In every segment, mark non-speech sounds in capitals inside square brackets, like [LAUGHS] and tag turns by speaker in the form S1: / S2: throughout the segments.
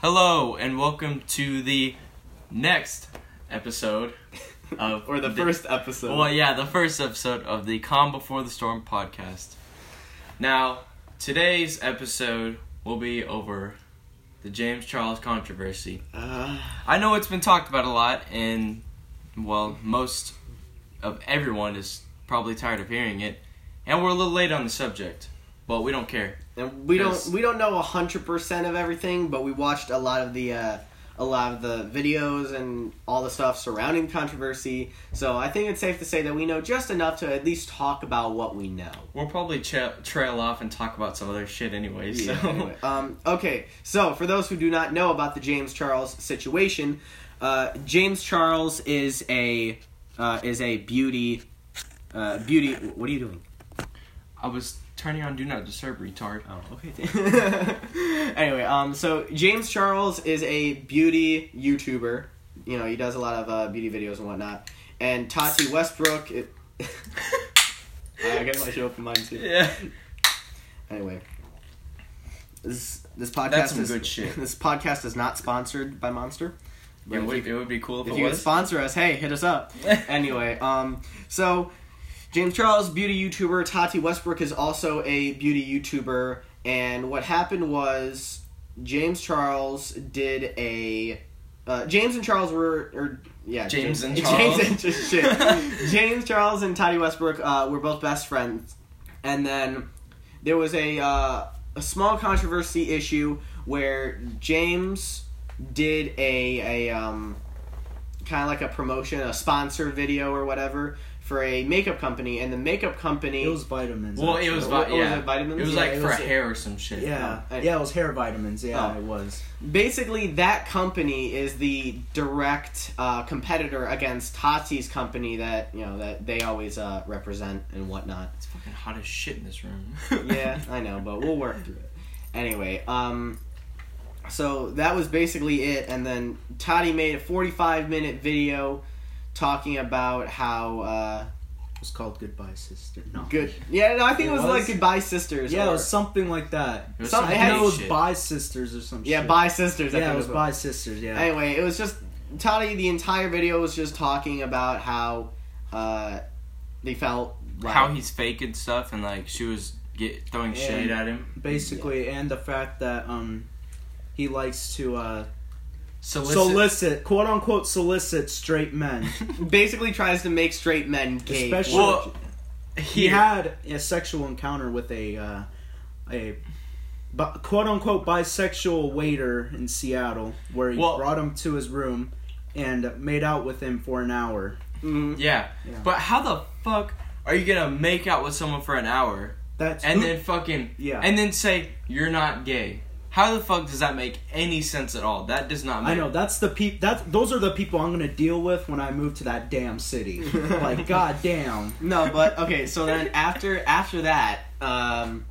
S1: Hello and welcome to the next episode of
S2: or the, first episode.
S1: Well, yeah, the first episode of the Calm Before the Storm podcast. Now, today's episode will be over the James Charles controversy.
S2: Uh,
S1: I know it's been talked about a lot, and well, most of everyone is probably tired of hearing it, and we're a little late on the subject, but we don't care.
S2: and we don't
S1: Yes.
S2: we don't know hundred percent of everything, but we watched a lot of the uh, a lot of the videos and all the stuff surrounding controversy. So I think it's safe to say that we know just enough to at least talk about what we know.
S1: We'll probably cha- trail off and talk about some other shit anyway. So.
S2: Yeah, anyway. um, okay, so for those who do not know about the James Charles situation, uh, James Charles is a uh, is a beauty uh, beauty. What are you doing?
S1: I was turning on Do Not Disturb, retard.
S2: Oh, okay. [LAUGHS] anyway, um, so James Charles is a beauty YouTuber. You know, he does a lot of uh, beauty videos and whatnot. And Tati
S1: [LAUGHS]
S2: Westbrook. It... I guess I should open mine too.
S1: Yeah.
S2: Anyway, this this podcast
S1: That's some
S2: is
S1: good shit.
S2: [LAUGHS] This podcast is not sponsored by Monster.
S1: It
S2: if you-
S1: would, it would be cool if,
S2: if
S1: it
S2: you could
S1: was.
S2: sponsor us, hey, hit
S1: [LAUGHS]
S2: us up. anyway, um, so James Charles, beauty YouTuber, Tati Westbrook is also a beauty YouTuber, and what happened was James Charles did a. Uh, James and Charles were, or yeah,
S1: James and
S2: [LAUGHS] James
S1: [LAUGHS]
S2: and shit. James Charles and Tati Westbrook uh, were both best friends, and then there was a uh, a small controversy issue where James did a a um, kind of like a promotion, a sponsor video or whatever for a makeup company, and the makeup company
S3: It was vitamins.
S1: well, it
S3: actually.
S1: was,
S2: What-
S1: vi-
S2: what was
S1: yeah.
S2: it, vitamins?
S1: It was
S2: Yeah,
S1: like
S3: it
S1: for
S3: was-
S1: hair or some shit.
S3: Yeah,
S2: Oh, I-
S3: yeah, it was hair vitamins. Yeah,
S2: Oh.
S3: it was.
S2: basically that company is the direct uh, competitor against Tati's company that you know that they always uh, represent and whatnot.
S1: It's fucking hot as shit in this room.
S3: [LAUGHS]
S2: yeah, I know, but we'll work through it. Anyway, um, so that was basically it, and then Toddy made a forty-five minute video talking about how uh,
S3: It was called Goodbye Sister. No.
S2: good. Yeah, no, I think it,
S3: It
S2: was,
S3: was?
S2: like Goodbye Sisters.
S3: Yeah,
S2: or-
S3: it was something like that.
S1: It was
S2: Some-
S1: some
S3: I
S2: it
S1: gay
S2: had-
S3: had it was
S1: shit.
S3: Bi Sisters or some
S2: yeah,
S3: shit.
S2: Bye Sisters. I
S3: Yeah,
S2: think
S3: it was
S2: what-
S3: Bi Sisters. Yeah.
S2: Anyway, it was just Toddy. The entire video was just talking about how uh, they felt.
S1: [LAUGHS]
S2: like-
S1: How he's fake and stuff, and like she was get, throwing
S3: Yeah.
S1: shade at him.
S3: Basically, and the fact that um, he likes to uh,
S1: Solicit.
S3: solicit, quote unquote, solicit straight men.
S1: [LAUGHS]
S2: basically tries to make straight men gay.
S3: Especially,
S1: Well,
S3: he
S1: Here.
S3: had a sexual encounter with a uh, a bi- quote unquote bisexual waiter in Seattle, where he
S1: Well-
S3: brought him to his room and made out with him for an hour.
S2: Mhm.
S1: yeah.
S3: Yeah.
S1: But how the fuck are you gonna make out with someone for an hour
S3: That's
S1: and
S3: [LAUGHS]
S1: then fucking
S3: yeah.
S1: and then say you're not gay? How the fuck does that make any sense at all? That does not. Make
S3: I know that's the peop. That those are the people I'm gonna deal with when I move to that
S1: [LAUGHS]
S3: damn city. like goddamn.
S2: No, but okay. So then after after that, um,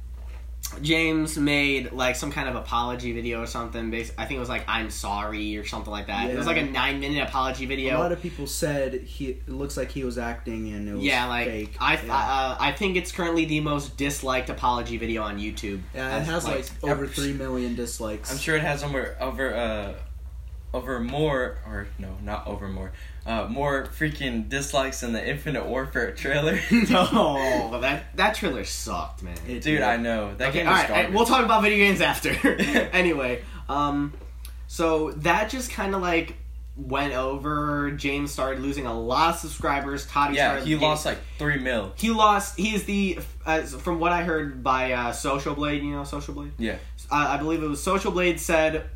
S2: James made like some kind of apology video or something. Bas- I think it was like "I'm sorry" or something like that. It was
S3: Yeah.
S2: like a nine minute apology
S3: A lot
S2: video.
S3: of people said he it looks like he was acting and it was
S2: Yeah, like
S3: fake.
S2: I
S3: yeah.
S2: uh, I think it's currently the most disliked apology video on
S3: [LAUGHS]
S2: YouTube. [LAUGHS]
S3: Yeah, it
S2: That's,
S3: has like, over three million dislikes.
S1: I'm sure it has somewhere over uh over more or no, not over more. Uh more freaking dislikes than the Infinite Warfare trailer. [LAUGHS]
S3: no.
S2: Oh, that that trailer sucked, man.
S1: Dude,
S3: It did.
S1: I know. That
S2: okay,
S1: game
S2: all
S1: was
S2: right,
S1: garbage.
S2: I- we'll talk about video
S1: [LAUGHS]
S2: games after. [LAUGHS] anyway, um, so that just kind of like went over. James started losing a lot of subscribers. Toddy
S1: yeah,
S2: started
S1: he
S2: getting-
S1: lost like 3 mil.
S2: He lost. He is the, uh, from what I heard by uh, Social Blade. You know Social Blade.
S1: Yeah.
S2: Uh, I believe it was Social Blade said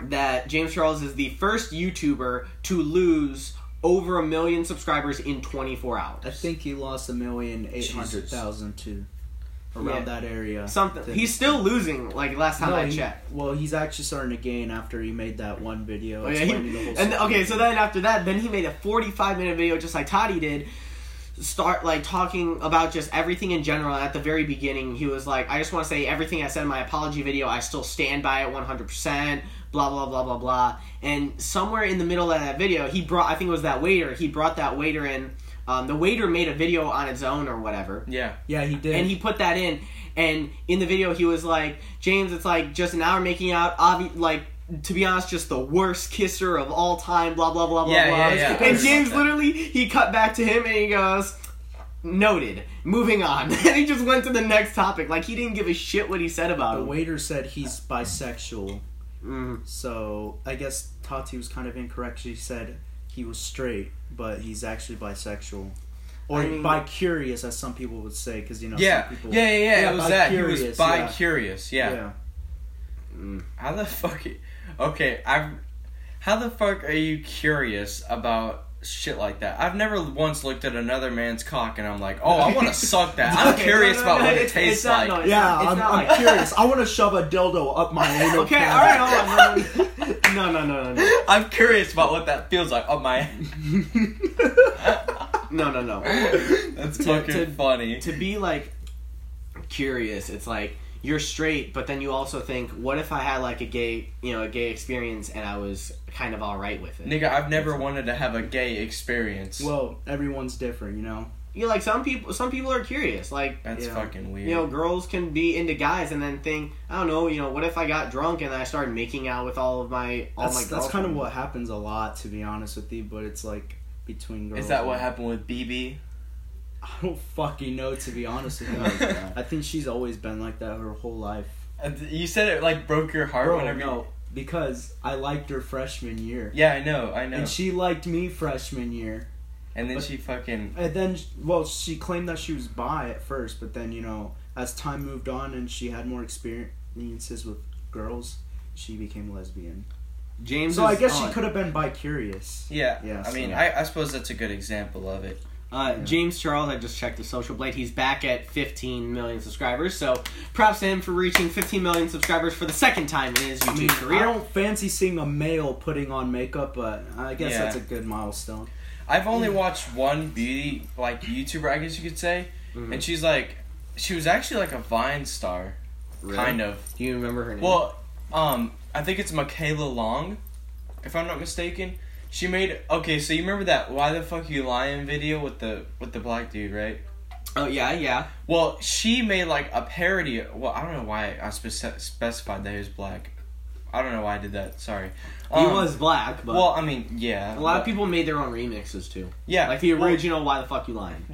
S2: that James Charles is the first YouTuber to lose over a million subscribers in 24 hours.
S3: I think he lost a million eight hundred thousand to around
S2: Yeah.
S3: that area.
S2: something.
S3: Then-
S2: He's still losing. Like last time
S3: No,
S2: I
S3: he-
S2: checked.
S3: Well, he's actually starting to gain after he made that one video.
S2: Oh, yeah, he-
S3: explaining the whole
S2: and okay,
S3: situation.
S2: so then after that, then he made a 45 minute video just like Toddy did. Start like talking about just everything in general. At the very beginning, he was like, "I just want to say everything I said in my apology video. I still stand by it 100 percent." Blah blah blah blah blah. And somewhere in the middle of that video, he brought I think it was that waiter. He brought that waiter in. Um, the waiter made a video on its own or whatever
S1: Yeah.
S3: yeah, he did.
S2: and he put that in and in the video he was like james it's like just an hour making out obvi- like to be honest, just the worst kisser of all time, blah, blah, blah, blah,
S1: Yeah,
S2: blah.
S1: yeah, yeah. I [LAUGHS]
S2: And
S1: remember
S2: James
S1: that.
S2: literally, he cut back to him and he goes, noted, moving on. [LAUGHS] and he just went to the next topic. Like, he didn't give a shit what he said about
S3: The
S2: him.
S3: waiter said he's bisexual,
S2: Mm.
S3: so I guess Tati was kind of incorrect. She said he was straight, but he's actually bisexual. Or
S2: I mean-
S3: bi-curious, as some people would say, because you know
S1: Yeah.
S3: some people.
S1: yeah, yeah, yeah,
S3: Yeah,
S1: It was that. He was
S3: bi-curious,
S1: bi
S3: yeah.
S1: curious. Yeah.
S3: yeah.
S2: Mm.
S1: How the fuck? Okay, I've. How the fuck are you curious about shit like that? I've never once looked at another man's cock and I'm like, oh, I want to suck
S2: [LAUGHS]
S1: that. [LAUGHS] I'm
S2: Okay, no,
S1: curious
S2: no,
S1: about
S2: no,
S1: what it
S2: it's- it's
S1: tastes
S2: not-
S1: like.
S2: no, it's
S3: Yeah,
S2: not- it's
S3: I'm,
S2: not
S3: I'm [LAUGHS]
S2: like-
S3: curious. I want to shove a dildo up my anal
S2: Okay,
S3: cavity.
S2: alright, hold on.
S3: [LAUGHS]
S2: No, no, no, no, no.
S1: [LAUGHS] I'm curious about what that feels like on my.
S3: [LAUGHS]
S2: No, no, no.
S1: That's fucking
S2: to-
S1: funny.
S2: to be like curious it's like you're straight but then you also think what if i had like a gay you know a gay experience and i was kind of all right with it
S1: Nigga, I've never wanted to have a gay experience.
S3: Well, everyone's different, you know.
S2: you know, like some people some people are curious like
S1: That's
S3: yeah.
S1: fucking weird.
S2: you know girls can be into guys and then think i don't know you know what if i got drunk and i started making out with all of my all my
S3: That's, that's kind of
S2: girlfriends?"
S3: what happens a lot, to be honest with you. But it's like between girls.
S1: Is that what happened with BB?
S3: [LAUGHS] I don't fucking know, to be
S1: [LAUGHS]
S3: honest with
S2: Oh,
S3: you.
S2: God.
S3: I think she's always been like that her whole life.
S1: Uh, th- You said it like broke your heart
S3: Bro,
S1: whenever. you-
S3: no, because I liked her freshman year,
S1: Yeah, I know, I know.
S3: and she liked me freshman year.
S1: and then
S3: but-
S1: she fucking.
S3: And then, well, she claimed that she was bi at first, but then you know, as time moved on and she had more experiences with girls, she became lesbian.
S2: james
S3: So I guess she could have been bi curious.
S1: Yeah.
S3: Yeah,
S1: I mean,
S3: so-
S1: I, I suppose that's a good example of it.
S2: Uh,
S3: Yeah.
S2: James Charles, I just checked the social blade. He's back at 15 million subscribers, so props to him for reaching 15 million subscribers for the second time in his YouTube
S3: I mean,
S2: career.
S3: I don't fancy seeing a male putting on makeup, but I guess
S1: Yeah.
S3: that's a good milestone.
S1: I've only watched one beauty like YouTuber, I guess you could say,
S3: Mm-hmm.
S2: Mhm.
S1: and she's like, she was actually like a Vine star, kind of.
S2: Do you remember her name?
S1: Well, um, I think it's Michaela Long, if I'm not mistaken. She made okay. So you remember that "Why the fuck you lying" video with the with the black dude, right?
S2: oh yeah, yeah.
S1: Well, she made like a parody. Well, I don't know why I spec- specified that he was black. I don't know why I did that. Sorry.
S2: he
S1: Um,
S2: was black, but
S1: Well, I mean, yeah.
S2: a lot of
S1: but-
S2: people made their own remixes too.
S1: Yeah,
S2: Like the
S1: well,
S2: original "Why the Fuck You Lying."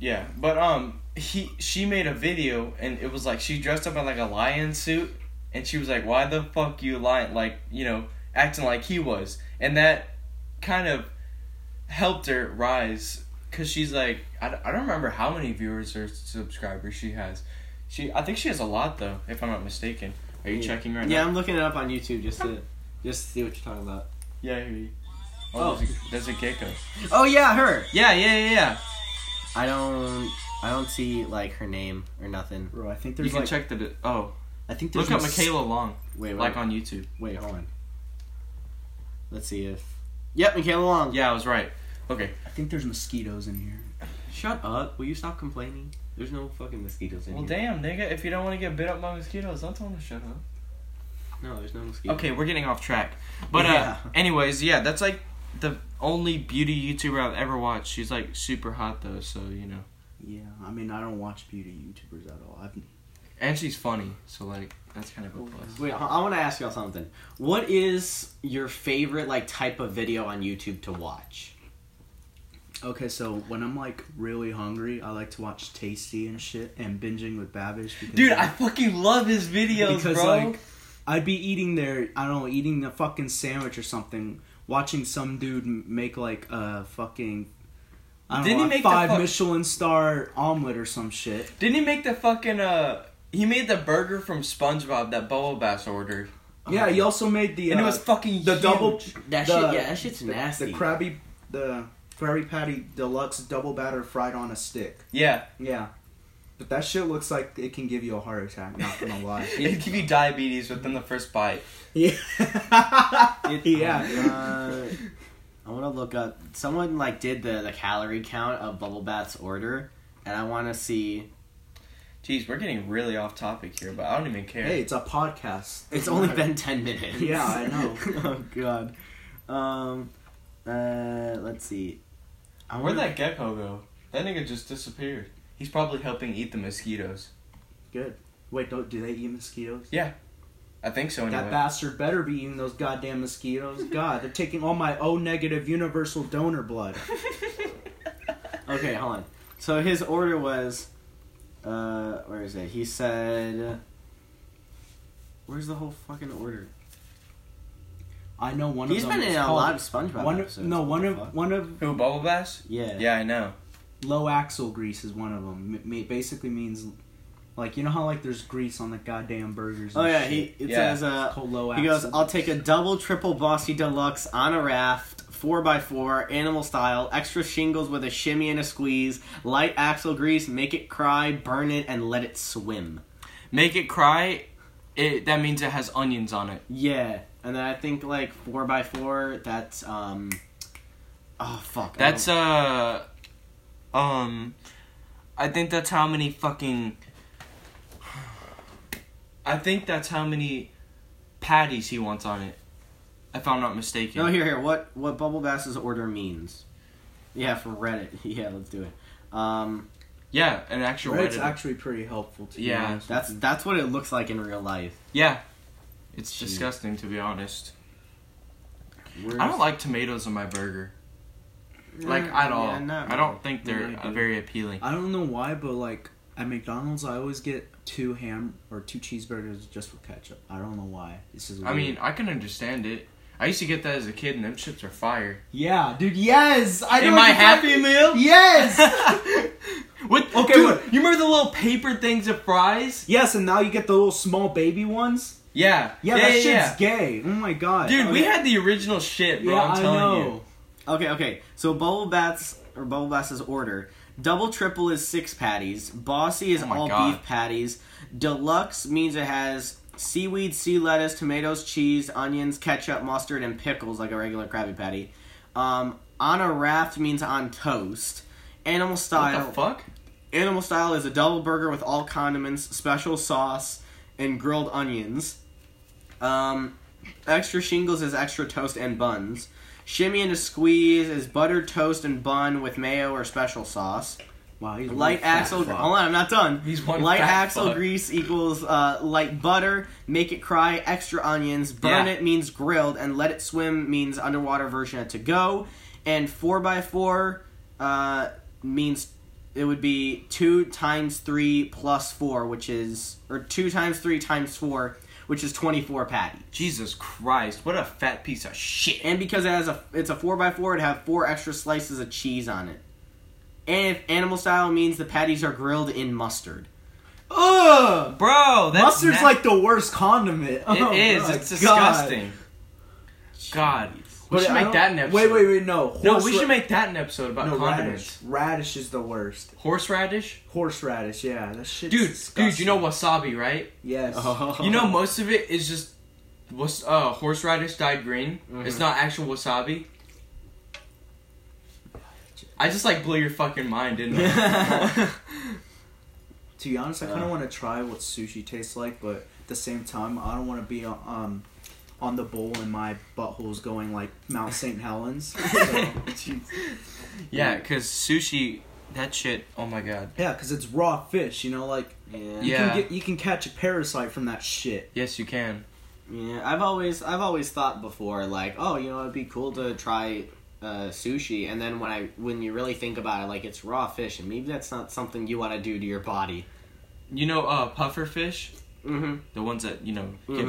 S1: Yeah, but um, he she made a video and it was like she dressed up in like a lion suit and she was like, "Why the fuck you lying?" Like you know, acting like he was, and that kind of helped her rise because she's like, I, don't- I don't remember how many viewers or subscribers she has. She I think she has a lot though, if I'm not mistaken. Are you
S2: Yeah.
S1: checking right
S2: yeah,
S1: now?
S2: I'm looking it up on YouTube just to just to see what you're talking about.
S1: Yeah. I hear you. Oh,
S2: Oh.
S1: There's, a, there's a gecko.
S2: Oh yeah, her.
S1: Yeah, yeah, yeah, yeah.
S2: I don't I don't see like her name or nothing.
S3: Bro, I think
S1: You
S3: there's
S1: can
S3: like
S1: check the. di- Oh,
S3: I think there's
S1: look up
S3: no-
S1: Michaela Long,
S2: Wait, wait,
S1: like on YouTube.
S2: wait, hold on. Let's see if. Yep, Michaela Long.
S1: Yeah, I was right. Okay.
S3: I think there's mosquitoes in here.
S2: Shut up. Will you stop complaining? There's no fucking mosquitoes in
S1: Well,
S2: here.
S1: damn, nigga. If you don't want to get bit up by mosquitoes, don't tell them to shut up.
S2: No, there's no mosquitoes.
S1: Okay, we're getting off track. But,
S3: Yeah.
S1: uh, anyways, yeah, that's like the only beauty YouTuber I've ever watched. She's like super hot, though, so, you know.
S3: Yeah, I mean I don't watch beauty YouTubers at all. I've
S1: And she's funny, so, like, that's kind of a plus.
S2: Wait, I, I want to ask y'all something. What is your favorite like type of video on YouTube to watch?
S3: Okay, so when I'm like really hungry, I like to watch Tasty and shit and binging with Babish. Because,
S1: Dude, I fucking love his videos,
S3: because
S1: bro.
S3: like I'd be eating their I don't know eating a fucking sandwich or something, watching some dude m- make like a fucking I don't
S1: Didn't
S3: know,
S1: he
S3: a
S1: make the
S3: five
S1: fuck-
S3: Michelin star omelet or some shit.
S1: Didn't he make the fucking, uh, he made the burger from SpongeBob that Bubble Bass ordered.
S3: Yeah, he also made the
S1: And it
S3: uh,
S1: was fucking
S3: the
S1: huge.
S3: double
S2: That
S3: the-
S2: shit, yeah, that shit's
S3: the,
S2: nasty.
S3: The Krabby the Krabby Patty deluxe double batter fried on a stick.
S1: Yeah,
S3: Yeah. But that shit looks like it can give you a heart attack, not [LAUGHS] gonna lie.
S1: it'd give you diabetes within the first bite.
S3: Yeah.
S2: Uh, I want to look up. Someone like did the the calorie count of Bubble Bath's order, and I want to see.
S1: Jeez, we're getting really off topic here, but I don't even care.
S3: [LAUGHS] Hey, it's a podcast.
S2: It's only been ten minutes.
S3: Yeah, I know.
S2: [LAUGHS] oh god. Um, uh, let's see. I
S1: Where'd
S2: wanna-
S1: that gecko go? That nigga just disappeared. He's probably helping eat the mosquitoes.
S3: Wait, don't, do they eat mosquitoes?
S1: Yeah. I think so anyway. [LAUGHS]
S3: That bastard better be eating those goddamn mosquitoes. God, they're taking all my O negative universal donor blood.
S2: Okay, hold on. So his order was, uh, where is it? He said, where's the whole fucking order?
S3: I know one
S2: He's
S3: of them.
S2: been
S3: is
S2: in a
S3: called-
S2: lot of SpongeBob
S3: One of,
S2: episodes.
S3: no,
S2: What
S3: one
S2: the
S3: of
S2: fuck?
S3: one of
S1: Who Bubble Bass?
S2: yeah.
S1: Yeah, I know.
S3: low axle grease is one of them. It ma- basically means, like you know how like there's grease on the goddamn burgers.
S2: Oh
S3: and
S2: yeah,
S3: shit?
S2: he it
S1: Yeah.
S2: says uh,
S3: It's called low
S2: He goes,
S3: axle
S2: I'll
S3: grease.
S2: take a double, triple bossy deluxe on a raft, 4x4, animal style, extra shingles with a shimmy and a squeeze, light axle grease, make it cry, burn it, and let it swim.
S1: Make it cry. It that means it has onions on it.
S2: Yeah. And then I think like 4x4, that's, um. Oh, fuck. I
S1: That's
S2: don't-
S1: uh, um, I think that's how many fucking. I think that's how many patties he wants on it, if I'm not mistaken.
S2: No, here, here. What, what Bubble Bass's order means. Yeah, from Reddit. [LAUGHS] yeah, let's do it. Um,
S1: Yeah, an actual
S3: Reddit's
S1: Reddit.
S3: actually pretty helpful to be
S1: Yeah.
S3: honest with
S2: that's,
S3: you.
S2: that's what it looks like in real life.
S1: yeah, it's
S2: Jeez.
S1: disgusting to be honest.
S2: Where's-
S1: I don't like tomatoes in my burger, like at all.
S2: Mm, Yeah, not
S1: I don't think they're
S3: Yeah, I
S1: uh,
S3: do.
S1: very appealing.
S3: I don't know why, but like at McDonald's, I always get two ham or two cheeseburgers just with ketchup. I don't know why. This is.
S1: I
S3: weird.
S1: mean, I can understand it. I used to get that as a kid, and them chips are fire.
S3: yeah, dude. Yes, I know
S1: In my
S3: exactly-
S1: Happy Meal.
S3: Yes.
S1: [LAUGHS] What?
S3: Okay,
S1: dude,
S3: what-
S1: you remember the little paper things of fries?
S3: [LAUGHS] yes, and now you get the little small baby ones.
S1: Yeah.
S3: Yeah, that shit's gay. Oh my god,
S1: Dude, we
S3: Okay.
S1: had the original shit, bro.
S3: Yeah,
S1: I'm
S3: I
S1: telling
S3: know.
S2: Okay, okay. So Bubble Bats or Bubble Bass's order. Double triple is six patties. Bossy is
S1: Oh my
S2: all
S1: God.
S2: beef patties. Deluxe means it has seaweed, sea lettuce, tomatoes, cheese, onions, ketchup, mustard, and pickles like a regular Krabby Patty. Um, on a raft means on toast. Animal
S1: you.
S2: style.
S1: What the fuck?
S2: Animal style is a double burger with all condiments, special sauce, and grilled onions. Um, extra shingles is extra toast and buns. Shimmy and a squeeze is buttered toast and bun with mayo or special sauce.
S3: Wow, he's
S2: Light axle.
S3: Fuck.
S2: Hold on, I'm not done.
S1: He's one
S2: light
S1: fat
S2: axle
S1: fuck.
S2: grease equals uh, light butter. Make it cry. Extra onions. Burn
S1: Yeah.
S2: it means grilled, and let it swim means underwater version of to go. And four by four uh, means it would be two times three plus four, which is or two times three times four, which is twenty four patty.
S1: Jesus Christ, what a fat piece of shit.
S2: And because it has a it's a four by four, it have four extra slices of cheese on it. And if animal style means the patties are grilled in mustard.
S3: Ugh.
S1: bro, that's
S3: Mustard's
S1: na-
S3: like the worst condiment. Oh,
S1: It is.
S3: my
S1: it's
S3: God.
S1: disgusting. God. We
S3: But
S1: should
S3: I
S1: make
S3: don't-
S1: that an episode.
S3: Wait, wait, wait. No, horse
S1: No, we should make that an episode about
S3: no
S1: condiments.
S3: radish. Radish is the worst.
S1: Horseradish?
S3: Horseradish. Yeah, that shit.
S1: Dude, dude, you know Uh-huh. wasabi, right?
S3: Yes.
S2: Oh.
S1: You
S2: Uh-huh.
S1: know most of it is just was uh horseradish dyed green. It's
S2: Mhm.
S1: not actual wasabi. I just like blew your fucking mind, didn't I?
S3: To be honest, I kind
S2: Uh.
S3: of want to try what sushi tastes like, but at the same time, I don't want to be um on the bowl and my butthole's going like
S1: [LAUGHS]
S3: Mount St. Helens. So,
S1: yeah, cause sushi, that shit. Oh my god.
S3: yeah, because it's raw fish. You know, like
S2: [LAUGHS] yeah.
S3: you
S1: [LAUGHS] Yeah.
S3: can get you can catch a parasite from that shit.
S1: Yes, you can.
S2: Yeah, I've always I've always thought before like, oh, you know, it'd be cool to try uh, sushi, and then when I when you really think about it, like it's raw fish, and maybe that's not something you want to do to your body.
S1: You know, uh, puffer fish,
S2: Mm-hmm.
S1: the ones that you know get
S2: Mhm.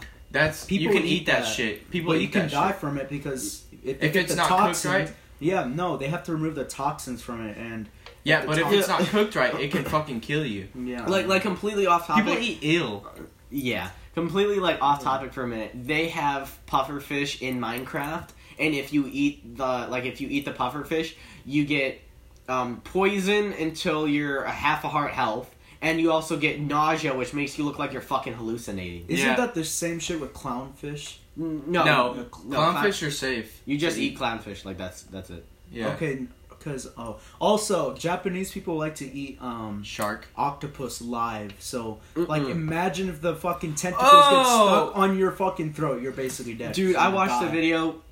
S1: big. That's
S3: People
S1: you can
S3: eat
S1: eat that,
S3: that.
S1: shit. People
S3: Well,
S1: eat
S3: you can
S1: that
S3: die
S1: shit.
S3: from it because if,
S1: If
S3: they get
S1: it's
S3: the
S1: not cooked
S3: toxins-
S1: right?
S3: Yeah, no, they have to remove the toxins from it, and
S1: Yeah, but if it's
S2: Yeah.
S1: not cooked right, it can fucking kill you.
S3: yeah,
S2: Like like completely off topic.
S1: People eat ill.
S2: Yeah, completely like off topic for a minute. They have puffer fish in Minecraft, and if you eat the like if you eat the puffer fish, you get um, poison until you're a half a heart health, and you also get nausea, which makes you look like you're fucking hallucinating.
S3: isn't
S1: Yeah. Oh,
S3: that the same shit with clownfish?
S2: N- No,
S1: no,
S2: no,
S1: clownfish are safe.
S2: You just
S1: to
S2: eat clownfish, like that's that's it.
S1: Yeah.
S3: Okay, because oh, also Japanese people like to eat um
S1: Shark.
S3: octopus live. So
S2: Mm-mm.
S3: like, imagine if the fucking tentacles
S1: Oh!
S3: get stuck on your fucking throat, you're basically dead.
S2: Dude,
S3: You're
S2: I watched the
S3: dying.
S2: video.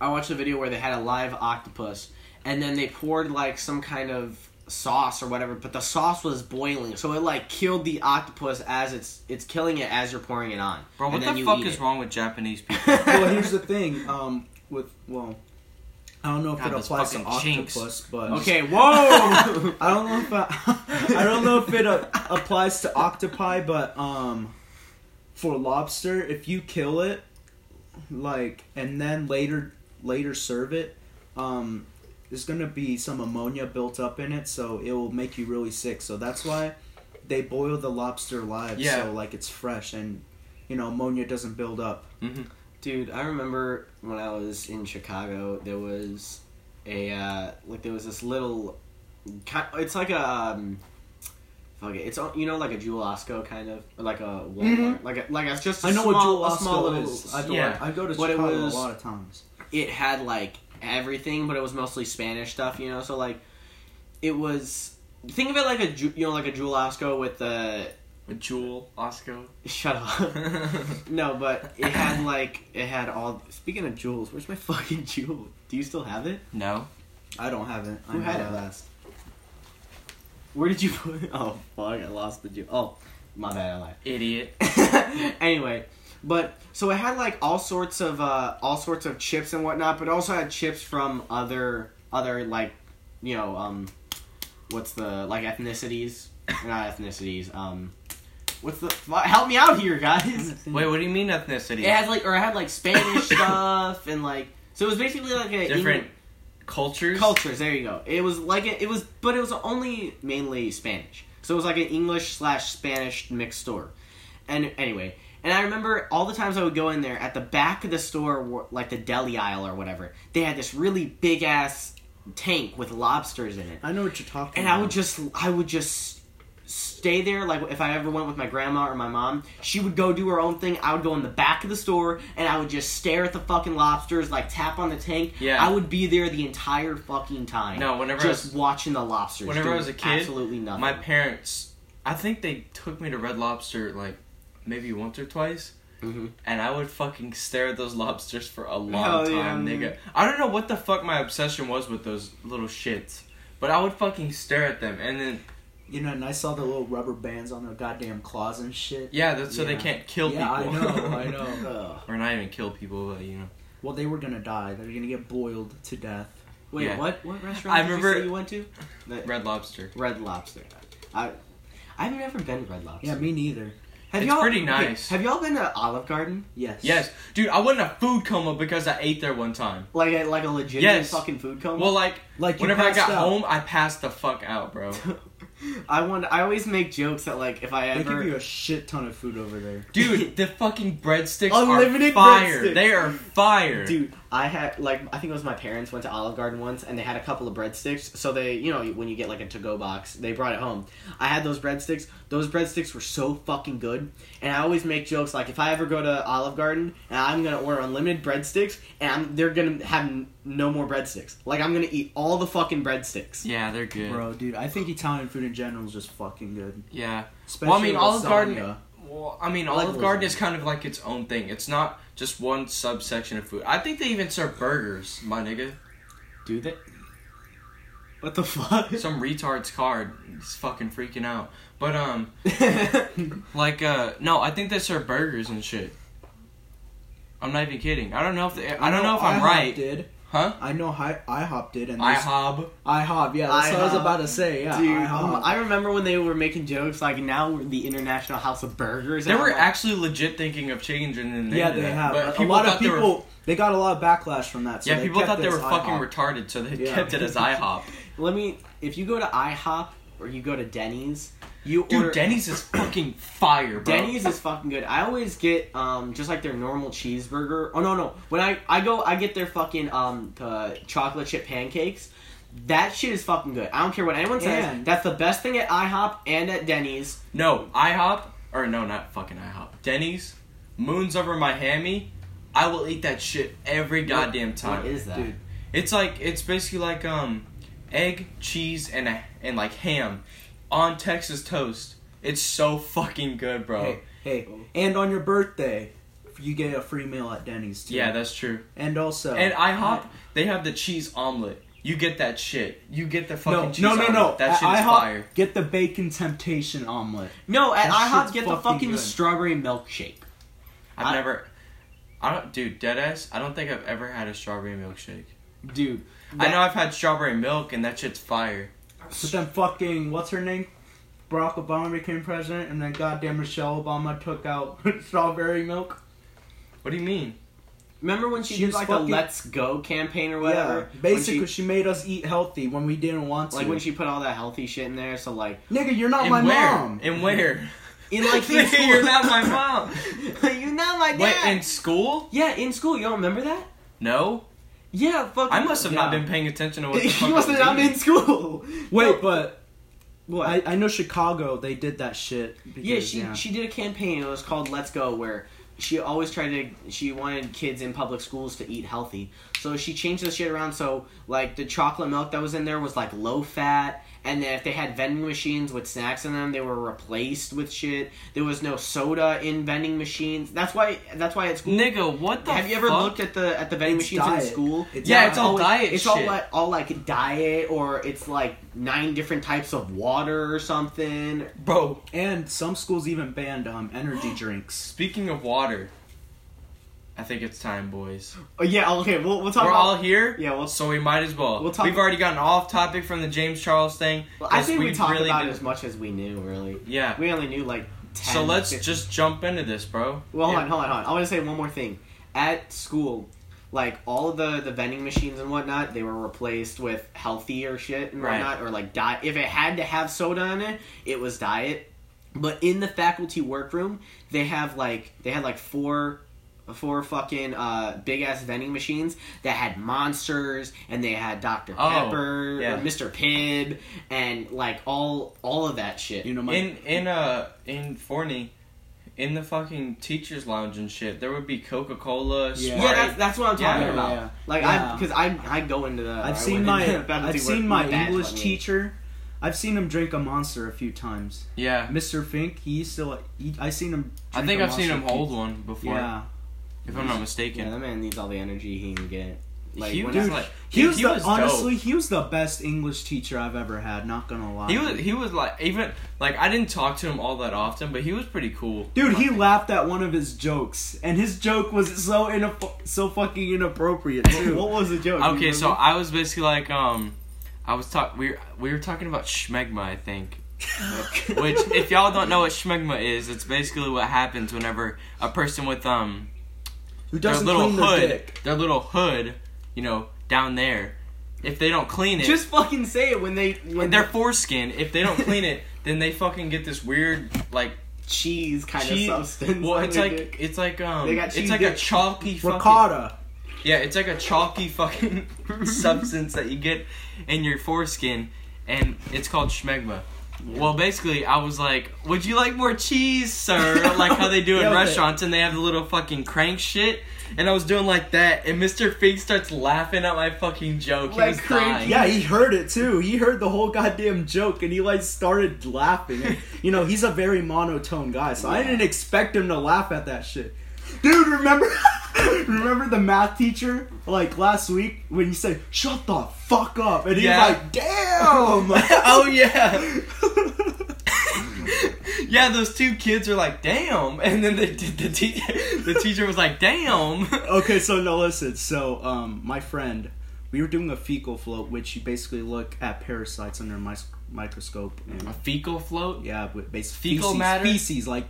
S2: I watched the video where they had a live octopus, and then they poured like some kind of sauce or whatever, but the sauce was boiling, so it like killed the octopus as it's it's killing it as you're pouring it on.
S1: Bro, what
S2: And then
S1: the
S2: you
S1: fuck
S2: eat
S1: is
S2: [LAUGHS] it.
S1: wrong with Japanese people?
S2: [LAUGHS]
S3: well, here's the thing. Um, with well, I don't know if
S1: God,
S3: it
S1: those
S3: applies to
S1: fucking
S3: octopus,
S1: chinks.
S3: but
S1: [LAUGHS]
S2: Okay, whoa.
S3: I don't know if I, [LAUGHS] I don't know if it uh, applies to octopi, but um, for lobster, if you kill it, like, and then later later serve it, um, there's gonna be some ammonia built up in it, so it will make you really sick. So that's why they boil the lobster live,
S1: Yeah.
S3: so like it's fresh and you know ammonia doesn't build up.
S2: Dude, I remember when I was in Chicago, there was a uh, like there was this little, ki- it's like a um, fuck it, it's uh, you know like a Jewel Osco kind of or like a Walmart, like a, like a, just a
S3: Mm-hmm. I know
S2: small,
S3: what Jewel
S2: a small
S3: Osco
S2: little,
S3: is. I,
S1: Yeah.
S3: I go to
S2: But it
S3: Chicago
S2: was-
S3: a lot of times.
S2: it had like everything, but it was mostly Spanish stuff, you know. So like, it was think of it like a Ju- you know like a Jewel Osco with the
S1: Jewel, Osco.
S2: shut up. [LAUGHS] No, but it had like it had all. Speaking of jewels, where's my [LAUGHS] fucking jewel? Do you still have it?
S1: no.
S3: I don't have it.
S2: Who
S3: I
S2: had
S3: know
S2: it
S3: that.
S2: last? Where did you put it? [LAUGHS] Oh fuck! I lost the jewel. Oh, my bad. I lied
S1: Idiot.
S2: [LAUGHS] anyway, but so it had like all sorts of uh, all sorts of chips and whatnot, but it also had chips from other other like you know um what's the like ethnicities [COUGHS] not ethnicities um what's the fu- help me out here guys
S1: Wait, what do you mean ethnicity?
S2: it had like or it had like Spanish stuff and like so it was basically like a
S1: Different cultures?
S2: cultures. There you go. It was like it, it was, but it was only mainly Spanish. So it was like an English slash Spanish mixed store. And anyway, and I remember all the times I would go in there at the back of the store, were- like the deli aisle or whatever. They had this really big ass tank with lobsters in it
S3: I know what you're talking
S2: and
S3: about.
S2: I would just I would just stay there like if I ever went with my grandma or my mom she would go do her own thing I would go in the back of the store and I would just stare at the fucking lobsters like tap on the tank
S1: Yeah.
S2: I would be there the entire fucking time
S1: No, whenever I
S2: just
S1: was-
S2: watching the lobsters
S1: Whenever I
S2: doing
S1: was a kid,
S2: absolutely nothing
S1: My parents, I think they took me to Red Lobster like maybe once or twice.
S2: Mhm.
S1: And I would fucking stare at those lobsters for a long
S2: Hell yeah,
S1: time,
S2: man.
S1: nigga. I don't know what the fuck my obsession was with those little shits, but I would fucking stare at them. And then,
S3: You know, and I saw the little rubber bands on their goddamn claws and shit.
S1: yeah, that's so they
S3: Yeah.
S1: can't kill
S3: yeah,
S1: people.
S3: I
S1: [LAUGHS]
S3: know, I know.
S2: Ugh.
S1: or not even kill people, but you know.
S3: Well, they were gonna die. They were gonna get boiled to death.
S2: wait
S1: Yeah.
S2: what what restaurant
S1: I
S2: did
S1: remember-
S2: you, say you went to The-
S1: Red Lobster.
S2: Red Lobster I I've never been to Red Lobster
S3: Yeah, me neither.
S2: have
S1: It's
S2: y'all
S1: pretty
S2: okay,
S1: nice.
S2: have y'all been to Olive Garden
S3: Yes.
S1: Yes. Dude, I went in a food coma because I ate there one time.
S2: like a, like a legitimate
S1: Yes.
S2: fucking food coma
S1: Well, like,
S3: Like you
S1: whenever I
S3: passed
S1: got
S3: out.
S1: home, I passed the fuck out, bro.
S2: I want. I always make jokes that like if I
S3: They
S2: ever
S3: give you a shit ton of food over there.
S1: Dude, the fucking breadsticks
S2: Unlimited
S1: are fire.
S2: breadsticks.
S1: They are fire.
S2: dude, I had like I think it was my parents went to Olive Garden once and they had a couple of breadsticks. So they, you know, when you get like a to go box, they brought it home. I had those breadsticks. Those breadsticks were so fucking good. And I always make jokes like if I ever go to Olive Garden and I'm gonna order unlimited breadsticks and I'm, they're gonna have n- no more breadsticks. Like I'm gonna eat all the
S1: [LAUGHS]
S2: fucking breadsticks.
S1: Yeah, they're good.
S3: Bro, dude, I think Italian food in general is just fucking good.
S1: Yeah.
S3: Especially
S1: Well, I mean,
S3: lasagna.
S1: Olive Garden. Well, I mean,
S2: like
S1: Olive Garden
S2: lasagna.
S1: is kind of like its own thing. It's not just one subsection of food. I think they even serve burgers, my nigga.
S2: Do they? What the [LAUGHS] fuck?
S1: Some retard's card is fucking freaking out. But um, like uh, no, I think they serve burgers and shit. I'm not even kidding. I don't know if they, I don't know if I'm
S3: IHOP
S1: right,
S3: Did
S1: huh?
S3: I know I IHOP did and there's-
S1: IHOB.
S3: IHOP? Yeah, that's what I was
S2: IHOP.
S3: about to say. Yeah, uh,
S2: Dude,
S3: IHOP.
S1: Oh
S2: um, I remember when they were making jokes like now we're the International House of Burgers.
S1: They
S2: and
S1: were
S2: I'm like,
S1: actually legit thinking of changing the name.
S3: yeah,
S1: to
S3: they
S1: that,
S3: have.
S1: But
S3: a lot of
S1: thought they were-
S3: people. They, got a lot of backlash from that. So
S1: yeah,
S3: they
S1: people
S3: kept
S1: thought they
S3: it
S1: were
S3: as
S1: fucking
S3: IHOP.
S1: retarded, so they
S3: Yeah.
S1: kept it as IHOP.
S3: [LAUGHS]
S2: Let me. If you go to IHOP or you go to Denny's, you
S1: Dude,
S2: order,
S1: Denny's is fucking fire, bro.
S2: Denny's is fucking good. I always get um just like their normal cheeseburger. Oh no no, when I I go I get their fucking um uh, chocolate chip pancakes. That shit is fucking good. I don't care what anyone says.
S3: And-
S2: That's the best thing at IHOP and at Denny's.
S1: No, IHOP or no, not fucking IHOP. Denny's, Moons over my hammy. I will eat that shit every goddamn time.
S2: What is that?
S3: Dude.
S1: It's like it's basically like um, egg, cheese, and a, and like ham on Texas toast. It's so fucking good, bro.
S3: Hey, hey, and on your birthday, you get a free meal at Denny's too.
S1: yeah, that's true.
S3: and also
S1: And IHOP, they have the cheese omelet. You get that shit. You get the fucking
S3: No,
S1: cheese
S3: no, no, no.
S1: omelet. That shit
S3: At
S1: is
S3: IHOP,
S1: fire.
S3: Get the bacon temptation omelet.
S2: No, at
S3: That
S2: IHOP
S3: shit's
S2: get the
S3: fucking
S2: fucking
S3: good.
S2: strawberry milkshake.
S1: I've
S2: I-
S1: never. I don't, dude, deadass. I don't think I've ever had a strawberry milkshake.
S2: Dude,
S1: I
S2: that-
S1: know I've had strawberry milk, and that shit's fire.
S3: But then fucking what's her name? Barack Obama became president, and then goddamn Michelle Obama took out [LAUGHS] strawberry milk.
S1: What do you mean?
S2: Remember when she,
S3: She
S2: did
S3: was
S2: like
S3: fucking-
S2: the "Let's Go" campaign or whatever?
S3: Yeah,
S2: When
S3: basically,
S2: she-
S3: she, made us eat healthy when we didn't want to.
S2: like when she put all that healthy shit in there. So like
S3: nigga, you're not
S1: and
S3: my
S1: where?
S3: mom.
S1: And
S3: [LAUGHS]
S1: where?
S2: in
S1: [LAUGHS]
S2: like in school,
S1: You're not my mom.
S2: [LAUGHS] You're not my dad.
S1: Wait, in school?
S2: yeah, in school, you don't remember that?
S1: No,
S2: Yeah, fuck.
S1: I must have not
S2: Yeah. [LAUGHS]
S1: been paying attention to what the fuck
S2: you must
S1: I
S2: have
S1: was
S2: not been
S1: eating.
S2: in school.
S3: Wait,
S2: No,
S3: but
S2: what?
S3: I, I know Chicago. They did that shit. Because,
S2: yeah, she she did a campaign. It was called "Let's Go," where she always tried to. She wanted kids in public schools to eat healthy, so she changed the shit around. So like the chocolate milk that was in there was like low fat, and then if they had vending machines with snacks in them, they were replaced with shit. There was no soda in vending machines. That's why. That's why at school.
S1: Nigga, what the?
S2: Have you ever
S1: fuck?
S2: looked at the at the vending
S3: It's
S2: machines
S3: diet.
S2: in school?
S3: It's
S1: Yeah,
S3: diet.
S1: it's all
S2: always-
S1: diet
S2: It's all
S1: shit.
S2: like all like diet, or it's like nine different types of water or something.
S1: bro?
S3: and some schools even banned um energy drinks.
S1: Speaking of water, I think it's time, boys.
S2: Oh, yeah, okay, we'll we'll talk
S1: We're
S2: about.
S1: all here,
S2: yeah, well,
S1: so we might as well.
S2: We'll talk-
S1: We've already gotten off topic from the James Charles thing.
S2: well, I
S1: as
S2: think we talked
S1: really
S2: about it
S1: did-
S2: as much as we knew, really.
S1: Yeah.
S2: We only knew like ten.
S1: So let's
S2: 15
S1: just jump into this, bro.
S2: Well, hold
S1: Yeah.
S2: on, hold on, hold on. I want to say one more thing. At school, like all of the the vending machines and whatnot, they were replaced with healthier shit and
S1: Right.
S2: whatnot, or like diet. If it had to have soda in it, it was diet. But in the faculty workroom, they have like they had like four. Four fucking uh, big ass vending machines that had monsters, and they had Dr
S1: Oh,
S2: Pepper,
S1: yeah.
S2: or Mr Pibb, and like all all of that shit.
S3: You know, my
S1: in in uh in Forney, in the fucking teachers' lounge and shit, there would be Coca Cola.
S3: Yeah.
S1: Yeah,
S2: Yeah, that's, that's what I'm
S1: Yeah,
S2: talking
S1: yeah,
S2: about.
S3: yeah.
S2: Like
S3: Yeah.
S2: I because I I go into the I
S3: I've
S1: [LAUGHS]
S3: seen
S2: went
S3: my
S2: into the faculty
S3: I've
S2: work
S3: seen my
S2: with that
S3: English
S2: fucking-
S3: teacher. I've seen him drink a monster a few times.
S1: yeah.
S3: Mr. Fink, he used to like. He, I seen him.
S1: I
S3: drink
S1: think
S3: a
S1: I've seen
S3: Monster
S1: him
S3: a few-
S1: hold one before,
S3: Yeah,
S1: if I'm not
S2: Yeah,
S1: mistaken.
S2: that man needs all the energy he can get. Like
S1: he
S2: when
S1: was
S2: I-
S1: like,
S3: he was,
S1: he
S3: the,
S1: was dope.
S3: honestly he was the best English teacher I've ever had. Not gonna lie,
S1: He was he was like even like I didn't talk to him all that often, but he was pretty cool.
S3: Dude, he laughed at one of his jokes, and his joke was so inap- so fucking
S1: [LAUGHS]
S3: inappropriate too.
S2: what was the joke? You
S1: Okay, so
S2: remember?
S1: I was basically like um I was talk we were, we were talking about schmegma, I think.
S2: [LAUGHS]
S3: [LAUGHS]
S1: Which if y'all don't know what schmegma is, it's basically what happens whenever a person with um
S3: who
S1: their
S3: doesn't
S1: little
S3: clean their
S1: hood,
S3: dick?
S1: their little hood, you know, down there, if they don't clean it,
S2: just fucking say it when they when
S1: their foreskin, if they don't clean it, then they fucking get this weird like
S2: cheese kind
S1: cheese.
S2: of substance.
S1: Well,
S2: on
S1: it's
S2: their
S1: like
S2: dick.
S1: it's like um,
S2: They got
S1: it's
S2: cheese
S1: like a
S2: dick.
S1: chalky fucking
S3: Ricotta.
S1: yeah, it's like a chalky fucking [LAUGHS] substance that you get in your foreskin, and it's called schmegma. Well, basically, I was like, "Would you like more cheese,
S2: [LAUGHS]
S1: sir?" Like how they do in
S3: Yeah, okay.
S1: restaurants, and they have the little fucking crank shit. And I was doing like that, and Mr. Fink starts laughing at my fucking joke. He
S2: Like
S1: was
S2: cranky.
S1: dying.
S3: Yeah, he heard it too. He heard the whole goddamn joke, and he like started laughing. And, you know, he's a very monotone guy, so I didn't expect him to laugh at that shit. Dude, remember, [LAUGHS] remember the math teacher like last week when you said "shut the fuck up," and he's
S1: Yeah.
S3: like, "Damn."
S1: [LAUGHS] oh yeah. Yeah, those two kids are like, "Damn!" And then the the, te- the teacher was like,
S2: [LAUGHS]
S1: "Damn."
S3: [LAUGHS] okay, so now listen. So, um, my friend, we were doing a fecal float, which you basically look at parasites under a mis- microscope. And,
S1: A fecal float.
S3: yeah, with basically
S1: Fecal
S3: feces,
S1: matter?
S3: feces, like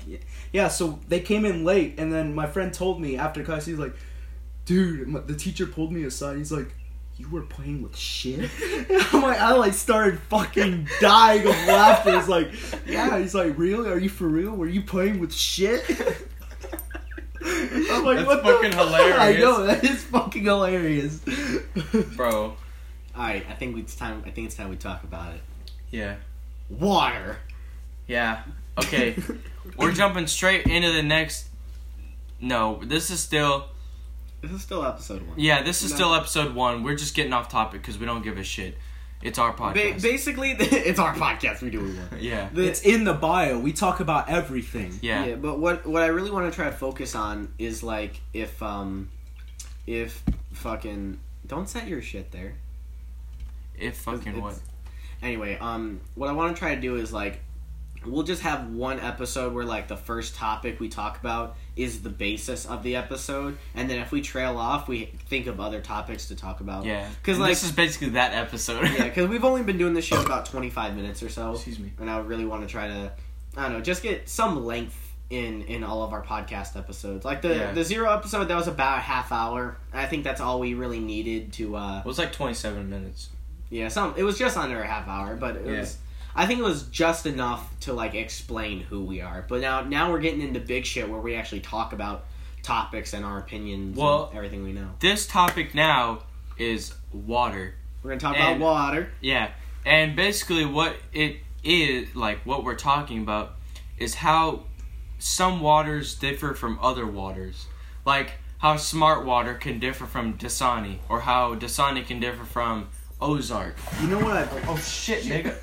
S3: yeah. So they came in late, and then my friend told me after class, he's like, "Dude, my, the teacher pulled me aside. He's like." You were playing with
S1: [LAUGHS]
S3: shit. [LAUGHS] I'm like, I like started fucking dying of laughter. It's like, yeah. He's like, really? Are you for real? Were you playing
S1: [LAUGHS]
S3: with shit? [LAUGHS] I'm like,
S1: That's
S3: what
S1: fucking
S3: the
S1: hilarious.
S3: I
S1: [LAUGHS]
S3: know that is fucking hilarious.
S1: bro.
S2: all right, I think we- it's time. I think it's time we talk about it.
S1: Yeah.
S2: Water.
S1: Yeah.
S2: [LAUGHS]
S1: Okay. We're jumping straight into the next. No, this is still.
S2: This is still episode one.
S1: Yeah, this is
S2: No.
S1: still episode one. We're just getting off topic because we don't give a shit. It's our
S2: Ba-
S1: podcast.
S2: basically, [LAUGHS] it's our podcast. We do what we want.
S1: yeah.
S2: The-
S3: it's in the bio. We talk about everything.
S1: Yeah.
S2: Yeah, but what what I really want to try to focus on is like if um if fucking don't set your shit there.
S1: If fucking
S2: It's-
S1: what?
S2: Anyway, um, what I want to try to do is like, we'll just have one episode where like the first topic we talk about is the basis of the episode, and then if we trail off, we think of other topics to talk about.
S1: Yeah.
S2: 'Cause,
S1: And
S2: like-
S1: this is basically that episode.
S2: Yeah, because we've only been doing this shit about 25 minutes or so.
S1: [LAUGHS] Excuse me.
S2: And I really want to try to, I don't know, just get some length in in all of our podcast episodes. Like the
S1: Yeah.
S2: the zero episode, that was about a half hour. I think that's all we really needed to. uh
S1: It was like 27 minutes.
S2: Yeah, some it was just under a half hour, but it
S1: Yeah.
S2: was. I think it was just enough to like explain who we are. But now now we're getting into big shit where we actually talk about topics and our opinions
S1: Well-
S2: and everything we know.
S1: This topic now is water.
S2: We're gonna talk
S1: and-
S2: about water.
S1: Yeah. And basically what it is like what we're talking about is how some waters differ from other waters. Like how smart water can differ from Dasani or how Dasani can differ from Ozark.
S3: You know what I've.
S1: Oh shit, nigga.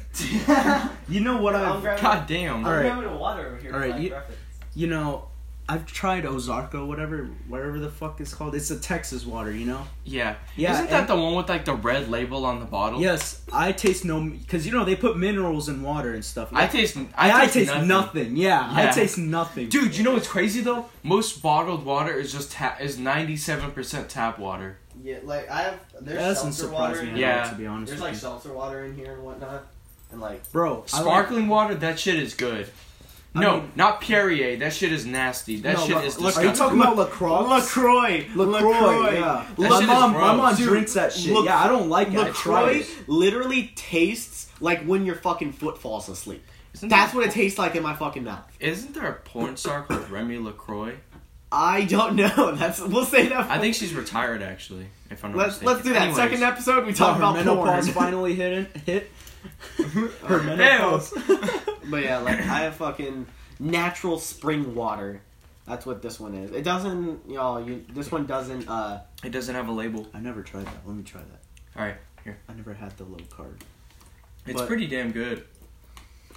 S3: You know what
S4: I'm
S3: I've.
S4: grabbing,
S1: God damn.
S3: All
S4: I'm
S3: right.
S4: grabbing a water over here. for,
S3: All right,
S4: like,
S3: you-
S4: reference.
S3: You know, I've tried Ozarko, whatever, whatever the fuck it's called. It's a Texas water, you know.
S1: Yeah.
S3: Yeah,
S1: Isn't that
S3: and-
S1: the one with like the red label on the bottle?
S3: Yes, I taste no because you know they put minerals in water and stuff.
S1: I taste. I,
S3: I, I
S1: taste, nothing.
S3: Yeah, I
S1: Yeah.
S3: taste nothing.
S1: Dude, you know what's crazy though? Most bottled water is just ta- is ninety seven percent tap water.
S4: Yeah, like I have. There's
S3: that doesn't
S4: seltzer water.
S3: surprise
S4: in
S3: me. at all,
S4: here.
S1: Yeah.
S3: to be honest,
S4: There's
S3: with
S4: like
S3: you.
S4: seltzer water in here and whatnot, and like
S3: bro, I like-
S1: Sparkling water, that shit is good.
S3: I
S1: No,
S3: mean-
S1: not Perrier. That shit is nasty. That
S3: No,
S1: shit
S3: La-
S1: is
S3: La-
S1: disgusting.
S3: Are you talking about Lacroix?
S2: Oh, Lacroix,
S3: Lacroix, yeah.
S1: That
S3: my
S1: shit is
S3: mom, my
S1: gross.
S3: mom
S2: Dude,
S3: drinks that shit.
S2: Lac-
S3: yeah, I don't like it. I tried
S2: LaCroix
S3: it.
S2: literally tastes like when your fucking foot falls asleep.
S1: Isn't
S2: That's
S1: there,
S2: what it tastes like in my fucking mouth.
S1: Isn't there a porn star called Remy Lacroix?
S2: I don't [LAUGHS] know. That's we'll say that.
S1: I think she's retired actually. If I'm not
S2: let's
S1: mistaken.
S2: let's do that.
S1: Anyways.
S2: Second episode, we talk
S3: her
S2: about
S3: menopause
S2: porn.
S3: finally hit. Hit her
S2: Ew.
S3: menopause.
S2: [LAUGHS] But yeah, like I have fucking natural spring water. That's what this one is. It doesn't, y'all. You this one doesn't. uh
S1: [LAUGHS] It doesn't have a label.
S3: I never tried that. Let me try that.
S1: All right, here.
S3: I never had the low carb.
S1: It's
S2: But-
S1: pretty damn good.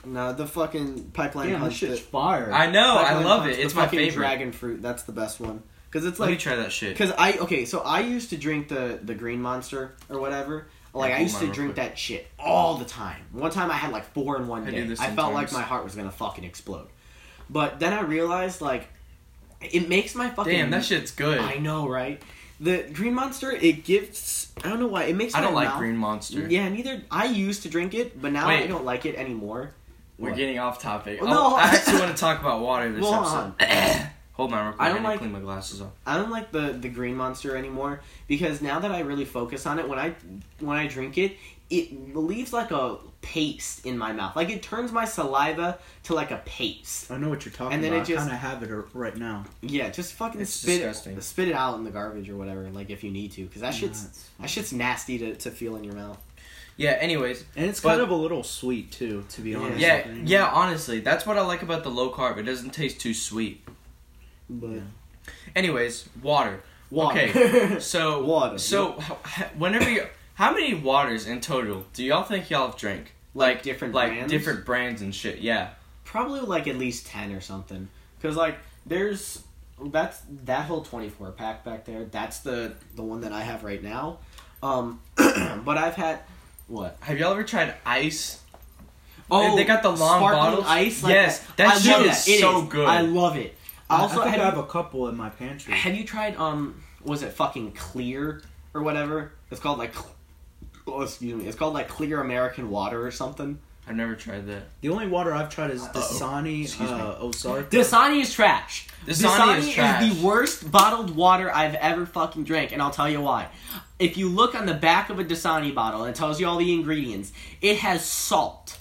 S2: No, the fucking pipeline
S3: Damn, this
S2: punch.
S3: shit's
S2: that-
S3: fire.
S1: I know. I
S2: pipeline
S1: love
S2: punch,
S1: it.
S2: the
S1: It's my
S2: fucking
S1: favorite.
S2: Dragon fruit. That's the best one because it's
S1: Let me
S2: like
S1: try that shit.
S2: Because I okay, so I used to drink the the green monster or whatever. Like
S1: Yeah,
S2: I
S1: hold
S2: used
S1: on
S2: to
S1: real
S2: drink
S1: quick.
S2: that shit all the time. One time I had like four in one
S1: I do
S2: day.
S1: this
S2: I felt like
S1: sometimes.
S2: my heart was gonna fucking explode. But then I realized like it makes my fucking
S1: Damn, that shit's good.
S2: I know, right? The green monster it gives I don't know why it makes
S1: I
S2: my
S1: don't like
S2: mouth-
S1: Green Monster.
S2: Yeah, neither I used to drink it, but now I
S1: Wait.
S2: don't like it anymore.
S1: We're
S2: What?
S1: getting off topic.
S2: Well,
S1: I'll-
S2: no.
S1: I actually want to talk about water
S2: [LAUGHS]
S1: this
S2: Well,
S1: episode. [CLEARS THROAT] Hold on, real quick.
S2: I
S1: I
S2: don't
S1: don't
S2: like-
S1: clean my glasses off.
S2: I don't like the the green monster anymore because now that I really focus on it, when I when I drink it, it leaves like a paste in my mouth. Like it turns my saliva to like a paste.
S3: I know what you're talking
S2: And then
S3: about.
S2: it just-
S3: I kind of have it ar- right now.
S2: Yeah, just fucking
S1: It's
S2: spit
S1: disgusting.
S2: it spit it out in the garbage or whatever. Like if you need to, because that shit's
S3: Nuts.
S2: that shit's nasty to, to feel in your mouth.
S1: Yeah. Anyways.
S3: and it's
S1: but-
S3: kind of a little sweet too, to be
S2: Yeah.
S3: honest.
S1: Yeah.
S3: with you.
S1: Yeah. Honestly, that's what I like about the low carb. It doesn't taste too sweet.
S2: But
S3: Yeah.
S1: Anyways, water.
S2: water. [LAUGHS]
S1: Okay. So
S2: Water.
S1: So h- whenever you, how many waters in total do y'all think y'all have drank?
S2: Like different
S1: like
S2: brands?
S1: different brands and shit. Yeah.
S2: probably like at least 10 or something because like there's that's that whole 24 pack back there that's the the one that i have right now um [CLEARS THROAT] but i've had what
S1: Have y'all ever tried ice? They- they got the long
S2: sparkling
S1: bottles?
S2: ice like
S1: Yes, that
S2: I
S1: shit
S2: love
S1: is so good.
S2: i love it
S3: I-
S2: also
S3: I, think
S2: have,
S3: I have
S2: you,
S3: a couple in my pantry.
S2: have you tried um was it fucking clear or whatever it's called like Cl- oh, excuse me it's called like clear american water or something
S1: I've never tried that.
S3: The only water I've tried is Dasani
S1: Excuse me.
S3: uh, Ozark.
S2: Dasani is trash.
S1: Dasani is trash.
S2: the worst bottled water I've ever fucking drank, and I'll tell you why. If you look on the back of a Dasani bottle, it tells you all the ingredients. It has salt.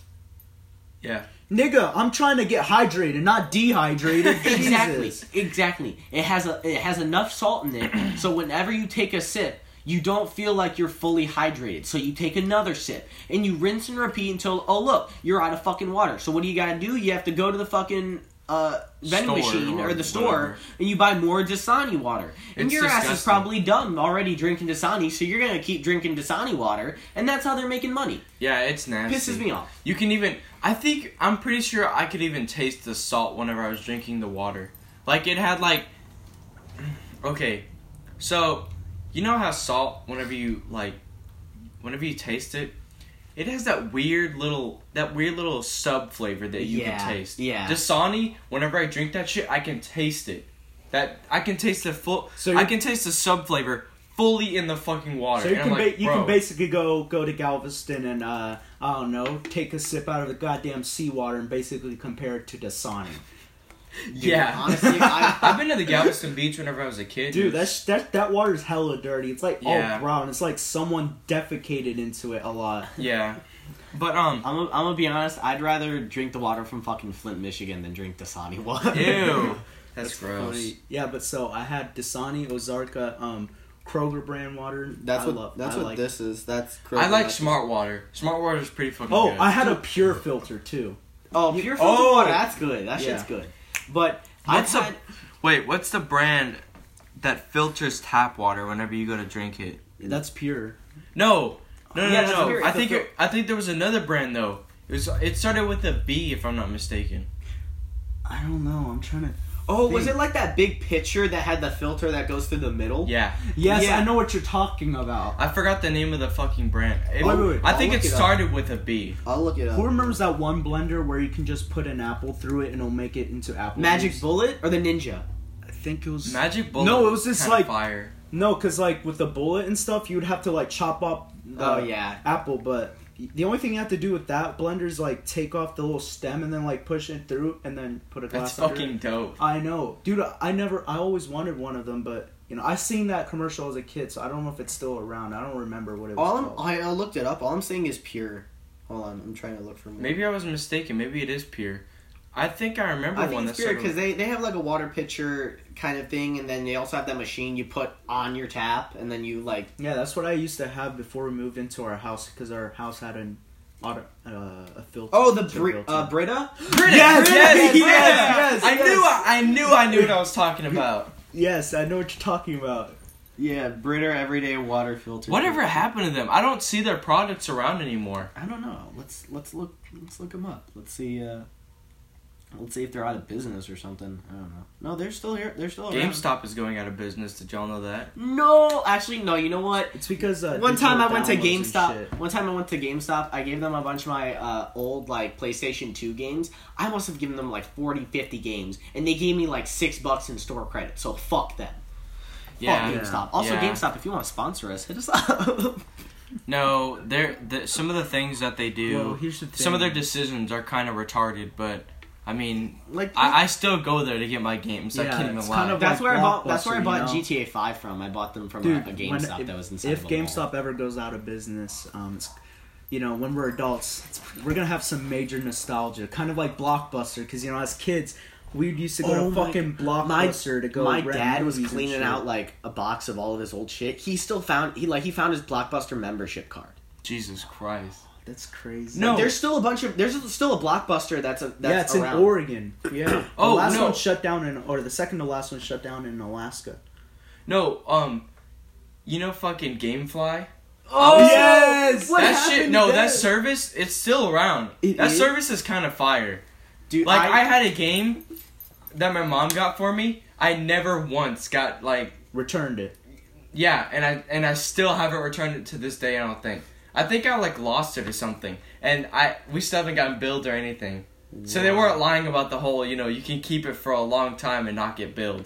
S1: Yeah.
S3: Nigga, I'm trying to get hydrated, not dehydrated.
S1: [LAUGHS]
S2: Exactly.
S3: Jesus.
S2: Exactly. It has a it has enough salt
S1: [CLEARS THROAT]
S2: in it, so whenever you take a sip, you don't feel like you're fully hydrated. So you take another sip and you rinse and repeat until oh look, you're out of fucking water. So what do you gotta do? You have to go to the fucking uh, vending
S1: Store
S2: machine
S1: or
S2: or, the store
S1: whatever.
S2: and you buy more Dasani water. And
S1: It's
S2: your ass is
S1: disgusting.
S2: probably dumb already drinking Dasani, so you're gonna keep drinking Dasani water, and that's how they're making money.
S1: Yeah. It's nasty.
S2: Pisses me off.
S1: You can even. I think I'm pretty sure I could even taste the salt whenever I was drinking the water. Like it had like. [CLEARS THROAT] Okay, so you know how salt whenever you like, whenever you taste it, It has that weird little that weird little sub flavor that you
S2: Yeah,
S1: can taste.
S2: yeah.
S1: Dasani. Whenever I drink that shit, I can taste it. That I can taste the full.
S3: So
S1: I
S3: you're-
S1: can taste the sub flavor fully in the fucking water.
S3: So you
S1: and
S3: can
S1: I'm like,
S3: ba- you
S1: bro,
S3: can basically go go to Galveston and uh, I don't know, take a sip out of the goddamn seawater and basically compare it to Dasani.
S1: yeah.
S2: Honestly, I,
S1: I've been to the Galveston Beach whenever I was a kid.
S3: Dude, that's that that water's hella dirty. It's like
S1: Yeah.
S3: all brown. It's like someone defecated into it a lot.
S1: yeah. But um,
S2: I'm, I'm gonna be honest. I'd rather drink the water from fucking Flint, Michigan, than drink Dasani water. [LAUGHS]
S1: ew, that's, gross.
S3: Funny. Yeah, but so I had Dasani, Ozarka, um, Kroger brand water.
S4: That's
S3: I
S4: what
S3: love-
S4: that's
S3: I
S4: what
S3: like-
S4: this is. That's crazy.
S1: I like Smart Water. Smart Water is pretty fucking
S3: Oh,
S1: good.
S3: I had a pure filter too.
S2: Oh, pure filtered
S1: Oh!
S2: water. That's good. That
S3: Yeah.
S2: shit's good. But I've
S1: What's
S2: had
S1: the wait? What's the brand that filters tap water whenever you go to drink it?
S3: That's pure.
S1: No, no, no,
S2: Yeah, that's
S1: no. no.
S2: weird.
S1: I think it, I think there was another brand though. It was it started with a B if I'm not mistaken.
S3: I don't know. I'm trying to.
S2: oh, was
S3: Think.
S2: it like that big pitcher that had the filter that goes through the middle?
S1: Yeah,
S3: Yes,
S2: Yeah.
S3: I know what you're talking about.
S1: I forgot the name of the fucking brand. It-
S3: Wait, wait, wait.
S1: I think
S4: I'll look
S1: it
S4: it up.
S1: started with a B.
S4: I'll look it up.
S3: Who remembers that one blender where you can just put an apple through it and it'll make it into apple
S2: Magic
S3: juice?
S2: bullet or the ninja?
S3: I think it was
S1: Magic Bullet.
S3: No, it was just
S1: kinda
S3: like-
S1: fire.
S3: no, because like with the bullet and stuff, you'd have to like chop up the
S2: Oh yeah.
S3: apple. But the only thing you have to do with that blender is like take off the little stem and then like push it through and then put a
S1: That's
S3: glass. under
S1: fucking
S3: It.
S1: dope.
S3: I know, dude. I never. I always wanted one of them, but you know, I seen that commercial as a kid, so I don't know if it's still around. I don't remember what it was
S4: All I'm,
S3: called.
S4: I, I looked it up. All I'm saying is pure. Hold on, I'm trying to look for more.
S1: Maybe I was mistaken. Maybe it is pure. I think I remember
S2: I
S1: one
S2: think
S1: that
S2: it's weird
S1: started.
S2: because
S1: with-
S2: they, they have like a water pitcher kind of thing, and then they also have that machine you put on your tap, and then you like
S3: Yeah, that's what I used to have before we moved into our house because our house had an auto, uh, a filter.
S2: oh the
S3: to
S2: Bri-
S3: built in.
S2: uh, Brita.
S1: Brita,
S3: Yes,
S1: Brita,
S3: yes,
S1: Brita.
S3: yes, yes,
S1: I
S3: yes.
S1: knew I, I knew I knew what I was
S3: [LAUGHS]
S1: talking about.
S3: yes, I know what you're talking about.
S4: Yeah, Brita everyday water filter.
S1: Whatever happened to them? I don't see their products around anymore.
S4: I don't know. Let's let's look let's look them up. Let's see. uh Let's see if they're out of business or something. I don't know. No, they're still here. They're
S3: Oh,
S4: still around.
S1: GameStop is going out of business. Did y'all know that?
S2: No, actually no. You know what?
S3: It's because uh,
S2: One time I
S3: digital
S2: went to
S3: downloads and
S2: GameStop.
S3: shit.
S2: One time I went to GameStop. I gave them a bunch of my uh, old like PlayStation 2 games. I must have given them like 40, 50 games, and they gave me like six bucks in store credit. So fuck them.
S1: Yeah.
S2: fuck GameStop. Also,
S1: Yeah.
S2: GameStop, if you want to sponsor us, hit us up. [LAUGHS]
S1: No, they're the, some of the things that they do.
S3: Well, here's the
S1: Some of their
S3: thing.
S1: decisions are kind of retarded, but I mean,
S2: like
S1: I, I still go there to get my games. I
S3: Yeah,
S1: can't even
S3: it's
S1: lie.
S3: kind of
S2: that's
S3: like
S2: where I bought. That's where I
S3: Blockbuster,
S2: bought
S3: you know?
S2: GTA 5 from. I bought them from uh,
S3: Dude,
S2: a, a
S3: when-
S2: GameStop
S3: if,
S2: that was inside.
S3: If
S2: of a mall.
S3: GameStop ever goes out of business, um, it's, you know, when we're adults, it's, we're gonna have some major nostalgia, kind of like Blockbuster, because you know, as kids, we used to go
S2: Oh
S3: to
S2: my-
S3: fucking
S2: my,
S3: Blockbuster to go.
S2: my
S3: rent
S2: dad was
S3: movies and
S2: cleaning
S3: shit.
S2: out like a box of all of his old shit. He still found he like he found his Blockbuster membership card.
S1: Jesus Christ.
S3: That's crazy.
S1: No.
S2: There's still a bunch of there's still a blockbuster that's a that's
S3: yeah, it's
S2: around.
S3: in [CLEARS THROAT] Oregon. Yeah.
S1: Oh,
S3: the last
S1: no.
S3: one shut down in, or the second to last one shut down in Alaska.
S1: No, um, you know, fucking GameFly.
S2: Oh
S3: Yes! What
S1: that shit. No,
S3: to
S1: that
S3: that?
S1: service. It's still around.
S3: It
S1: that
S3: is?
S1: service is kind of fire.
S2: dude!
S1: Like I, had a game that my mom got for me. I never once got like
S3: Returned it.
S1: yeah, and I and I still haven't returned it to this day. I don't think. I think I like lost it or something, and I we still haven't gotten billed or anything. So they weren't lying about the whole, you know, you can keep it for a long time and not get billed.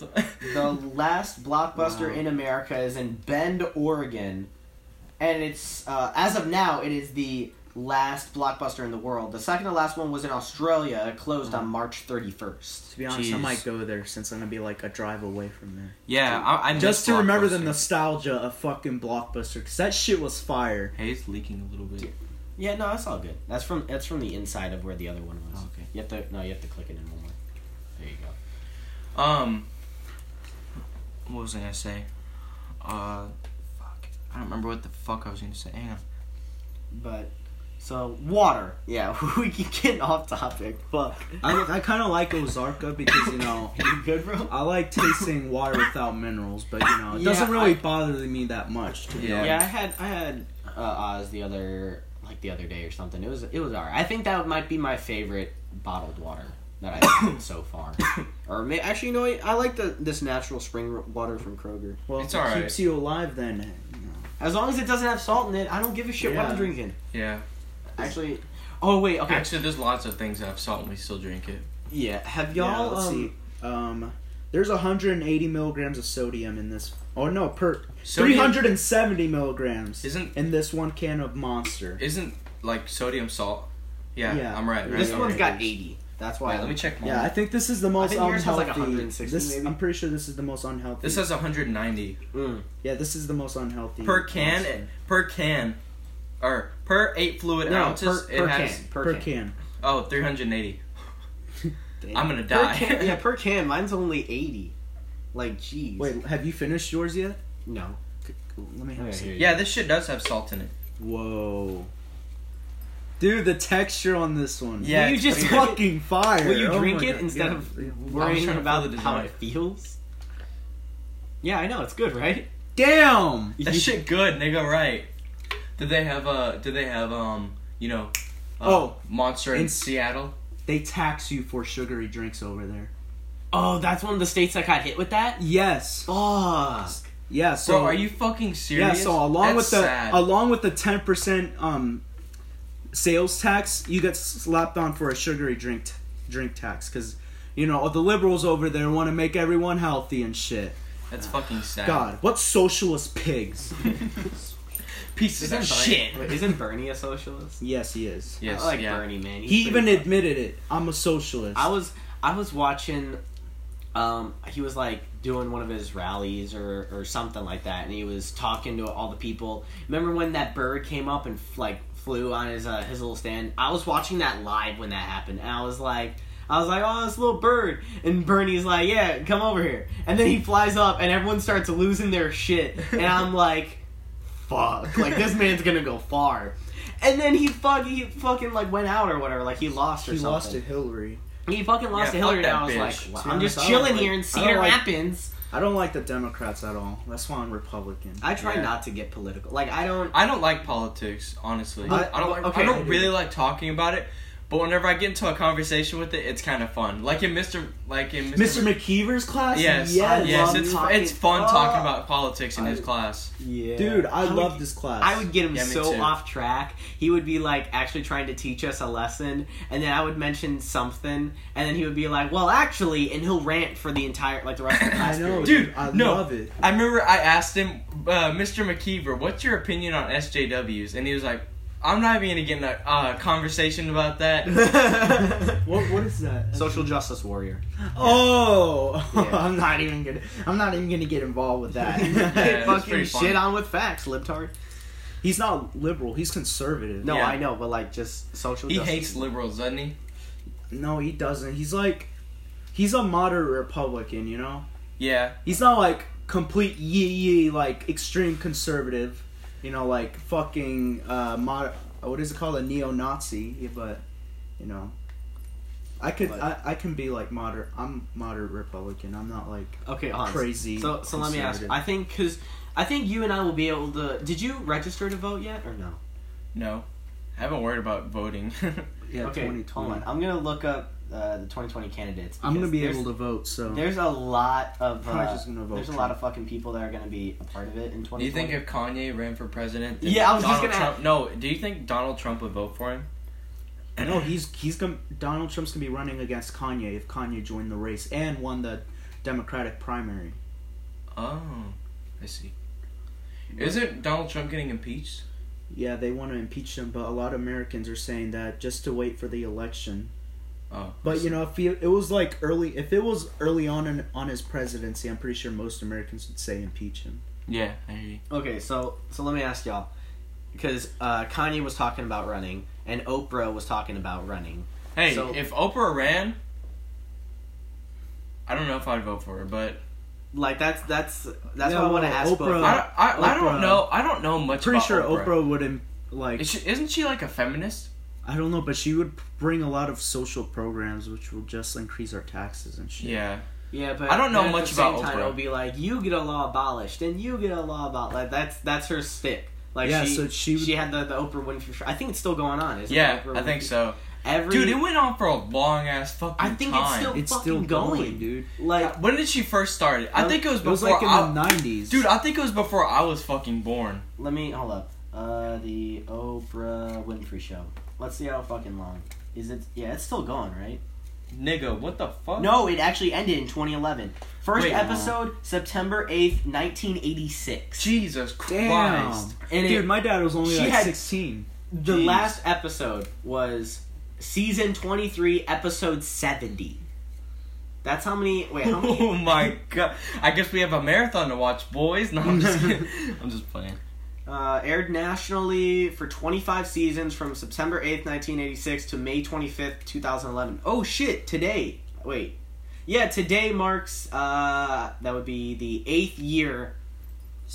S2: the last blockbuster in America is in Bend, Oregon, and it's uh, as of now it is the last blockbuster in the world. The second to last one was in Australia, it closed on March 31st.
S3: To be honest, I
S1: Jeez.
S3: might go there since I'm gonna be like a drive away from there.
S1: [LAUGHS] yeah, I, I miss
S3: Just to remember the
S1: Blockbuster.
S3: nostalgia of fucking Blockbuster, because that shit was fire.
S1: Hey, it's leaking a little bit.
S2: Yeah, no, that's all good. That's from that's from the inside of where the other one
S3: Oh,
S2: was.
S1: Okay.
S2: You have to no, you have to click it in one more. There you go.
S1: Um, what was I gonna say? Uh, fuck, I don't remember what the fuck I was gonna say. Hang on.
S2: But so water, yeah, [LAUGHS] we keep getting off topic. Fuck,
S3: I, I kind of like Ozarka because you know
S2: you good, bro?
S3: I like tasting water without minerals, but you know it doesn't
S2: Yeah,
S3: really
S2: I-
S3: bother me that much. To be
S1: Yeah.
S3: honest.
S2: Yeah, I had I had uh, Oz the other like the other day or something. It was it was alright. I think that might be my favorite bottled water that I've had so far. Or may, actually, you know, what? I like the this natural spring r- water from Kroger.
S3: well,
S1: It's
S3: if it
S1: alright.
S3: keeps you alive. Then
S2: As long as it doesn't have salt in it, I don't give a shit what
S3: Yeah.
S2: I'm drinking.
S1: Yeah.
S2: Actually, oh wait, okay.
S1: Actually, there's lots of things that I've salt and we still drink it.
S3: Yeah. Have y'all?
S2: Yeah, let's
S3: um,
S2: see.
S3: um, there's 180 milligrams of sodium in this. Oh no, per
S1: Sodium-
S3: 370 milligrams
S1: Isn't-
S3: in this one can of Monster.
S1: Isn't like sodium salt? Yeah,
S3: Yeah.
S1: I'm right. right
S2: This
S1: I'm
S2: one's
S1: right.
S2: got eighty. That's why.
S1: Wait, let me check. Mine.
S3: yeah, I think this is the most
S2: think yours has,
S3: unhealthy.
S2: like, 160
S3: this,
S2: maybe.
S3: I'm pretty sure this is the most unhealthy.
S1: This has 190
S2: Mm.
S3: yeah, this is the most unhealthy
S1: per can.
S3: Monster.
S1: Per can, or per eight fluid
S2: No,
S1: ounces,
S2: per,
S1: it
S2: per
S1: has
S2: can. Per,
S3: per,
S2: can.
S3: can.
S1: oh 380.
S2: [LAUGHS] Damn.
S1: I'm gonna
S2: Per
S1: die.
S2: can. Yeah, per can. Mine's only eighty. Like, jeez.
S3: Wait, have you finished yours yet?
S2: no.
S3: Let me have
S4: Yeah,
S3: some.
S4: here you
S1: [LAUGHS] yeah, this shit does have salt in it.
S3: Whoa. Dude, the texture on this one.
S1: Yeah,
S2: Will you
S1: it's
S2: just
S3: It's
S1: pretty-
S3: fucking fire.
S2: Will you
S3: Oh
S2: drink
S3: my
S2: it
S3: God.
S2: instead
S3: Yeah.
S2: of
S1: I was
S2: worrying
S1: trying to
S2: about
S1: feel the
S2: how
S1: desire.
S2: it feels? Yeah, I know it's good, right?
S3: Damn!
S1: That [LAUGHS] shit good, nigga. Right? Did they have uh? Did they have um? You know, uh,
S3: Oh.
S1: Monster in,
S3: In-
S1: Seattle.
S3: They tax you for sugary drinks over there.
S2: Oh, that's one of the states that got hit with that.
S3: Yes.
S2: Fuck.
S3: Yeah, so
S1: Bro, are you fucking serious?
S3: Yeah, so along
S1: That's
S3: with the
S1: sad.
S3: along with the 10% um sales tax, you get slapped on for a sugary drink t- drink tax cuz you know, the liberals over there want to make everyone healthy and shit.
S1: That's fucking sad.
S3: God, what socialist pigs. [LAUGHS]
S1: pieces of
S2: Bernie-
S1: shit.
S2: Wait, isn't Bernie a socialist?
S3: yes, he is.
S1: Yes,
S2: I like
S1: yeah.
S2: Bernie, man. He's
S3: He
S2: pretty
S3: even
S2: fucking-
S3: admitted it. I'm a socialist.
S2: I was I was watching um he was like doing one of his rallies or or something like that and he was talking to all the people. Remember when that bird came up and like flew on his uh, his little stand? I was watching that live when that happened and I was like I was like, oh, this little bird. And Bernie's like, yeah, come over here. And then he flies up, and everyone starts losing their shit. And
S3: [LAUGHS]
S2: I'm like, fuck. Like, this man's gonna go far. And then he, fuck, he fucking, like, went out or whatever. Like, he lost or
S3: he
S2: something.
S3: lost to Hillary.
S2: He fucking
S1: Yeah,
S2: lost to
S1: fuck
S2: Hillary,
S1: that
S2: and I was
S1: bitch.
S2: like, wow,
S3: To be
S2: I'm
S3: honest,
S2: just
S3: I don't
S2: chilling
S3: like-
S2: here in
S3: I don't
S2: Cedar
S3: like-
S2: Rapids.
S3: I don't like the Democrats at all. That's why I'm Republican.
S2: I try
S1: Yeah.
S2: not to get political. Like, I don't.
S1: I don't like politics, honestly.
S2: But-
S1: I don't. Like,
S2: okay,
S1: I don't
S2: I do.
S1: really like talking about it. But whenever I get into a conversation with it, it's kind of fun. Like in Mr. Like in
S3: Mr. McKeever's class?
S1: Yes,
S3: Yes.
S1: yes,
S2: love
S1: it's
S2: talking-
S1: it's fun talking
S2: Oh.
S1: about politics in his
S2: I-
S1: class.
S2: Yeah.
S3: Dude, I,
S2: would-
S3: love this class.
S2: I would get him
S1: Yeah, me
S2: so
S1: too.
S2: off track. He would be like actually trying to teach us a lesson, and then I would mention something, and then he would be like, "Well, actually," and he'll rant for the entire like the rest
S3: [LAUGHS]
S2: of the class.
S3: I know,
S2: period.
S1: Dude,
S3: I
S1: no.
S3: love it.
S1: I remember I asked him, uh, Mr. McKeever, what's your opinion on SJWs? And he was like, I'm not even gonna get in a uh, conversation about that.
S2: [LAUGHS]
S3: What what is that? [LAUGHS]
S2: Social justice warrior.
S3: Oh, [LAUGHS]
S2: Yeah.
S3: I'm not even gonna. I'm not even gonna get involved
S2: [LAUGHS]
S3: with that.
S1: that's
S2: fucking
S1: pretty funny.
S2: shit on with facts, libtard.
S3: [LAUGHS] he's not liberal. He's conservative.
S2: No,
S1: Yeah.
S2: I know, but like just social.
S1: He
S2: justice.
S1: hates liberals, doesn't he?
S3: no, he doesn't. He's like, he's a moderate Republican. You know,
S1: Yeah.
S3: he's not like complete yee yee like extreme conservative. You know, like fucking uh, mod. What is it called? A neo-Nazi. Yeah, but you know, I could I, I can be like moderate. I'm moderate Republican. I'm not like
S2: Okay, Hans.
S3: Crazy
S2: So, so let me ask.
S3: conservative.
S2: I think because I think you and I will be able to. Did you register to vote yet or no?
S1: No. I haven't worried about voting. [LAUGHS]
S3: yeah.
S2: okay,
S3: 2020.
S2: hold on. I'm gonna look up uh, the 2020 candidates.
S3: I'm gonna
S2: because
S3: be
S2: there's-
S3: able to vote. So
S2: There's a lot of.
S3: Probably
S2: Uh,
S3: just gonna vote
S2: there's a lot of fucking people that are gonna be a part of it in 2020.
S1: do you think if Kanye ran for president, then
S2: Yeah, I was just
S1: Donald
S2: gonna
S1: Trump? No. Do you think Donald Trump would vote for him?
S3: No, he's he's going Donald Trump's gonna be running against Kanye if Kanye joined the race and won the Democratic primary.
S1: Oh, I see. Isn't Donald Trump getting impeached?
S3: Yeah, they want to impeach him, but a lot of Americans are saying that just to wait for the election.
S1: Oh,
S3: But you know, if he, it was like early, if it was early on in, on his presidency, I'm pretty sure most Americans would say impeach him.
S1: yeah, I hear you.
S2: Okay, so so let me ask y'all, because uh, Kanye was talking about running and Oprah was talking about running.
S1: Hey,
S2: So-
S1: if Oprah ran, I don't know if I'd vote for her, but
S2: Like that's that's that's
S3: Yeah,
S2: what I want to
S3: well,
S2: ask both.
S3: Oprah-
S2: of
S1: I,
S2: you.
S1: don't- I, I don't
S3: Oprah.
S1: know. I don't know much.
S3: Pretty
S1: about
S3: sure
S1: Oprah.
S3: Oprah, would im- like
S1: Is she, isn't she like a feminist?
S3: I don't know, but she would bring a lot of social programs, which will just increase our taxes and shit.
S1: Yeah.
S2: Yeah, but
S1: I don't know
S2: but at
S1: much
S2: the same
S1: about
S2: time,
S1: Oprah.
S2: It'll be like you get a law abolished, and you get a law abolished. Like, that's that's her stick. Like
S3: Yeah,
S2: she,
S3: so she
S2: she
S3: would-
S2: had the, the Oprah Winfrey. Show. I think it's still going on. Isn't
S1: Yeah,
S2: it? Oprah
S1: I think
S2: Winfrey-
S1: so.
S2: Every
S1: Dude, it went on for a long ass fucking
S2: I think
S1: time.
S2: it's still
S3: It's
S2: fucking
S3: still
S2: going,
S3: going, dude.
S2: Like
S1: When did she first start it? I think it was
S3: It was
S1: before.
S3: like in
S1: I,
S3: the '90s,
S1: dude, I think it was before I was fucking born.
S2: let me hold up. Uh, the Oprah Winfrey Show.
S4: Let's see how fucking long. Is it? Yeah, it's still going, right?
S1: Nigga, what the fuck?
S4: No, it actually ended in 2011. First
S1: Wait, no.
S4: episode, September 8th, 1986.
S1: Jesus
S3: Damn.
S1: Christ.
S4: And
S3: Dude,
S4: it-
S3: my dad was only
S4: She
S3: like
S4: had-
S3: 16.
S2: The
S4: the
S2: last
S4: last episode was season 23, episode 70.
S2: that's how many wait, how many
S1: [LAUGHS] [LAUGHS] Oh my god. I guess we have a marathon to watch, boys. No, I'm just kidding. I'm just playing.
S2: uh, aired nationally for 25 seasons from September 8th, 1986 to May 25th, 2011. Oh shit, today. Wait. Yeah, today marks uh that would be the 8th year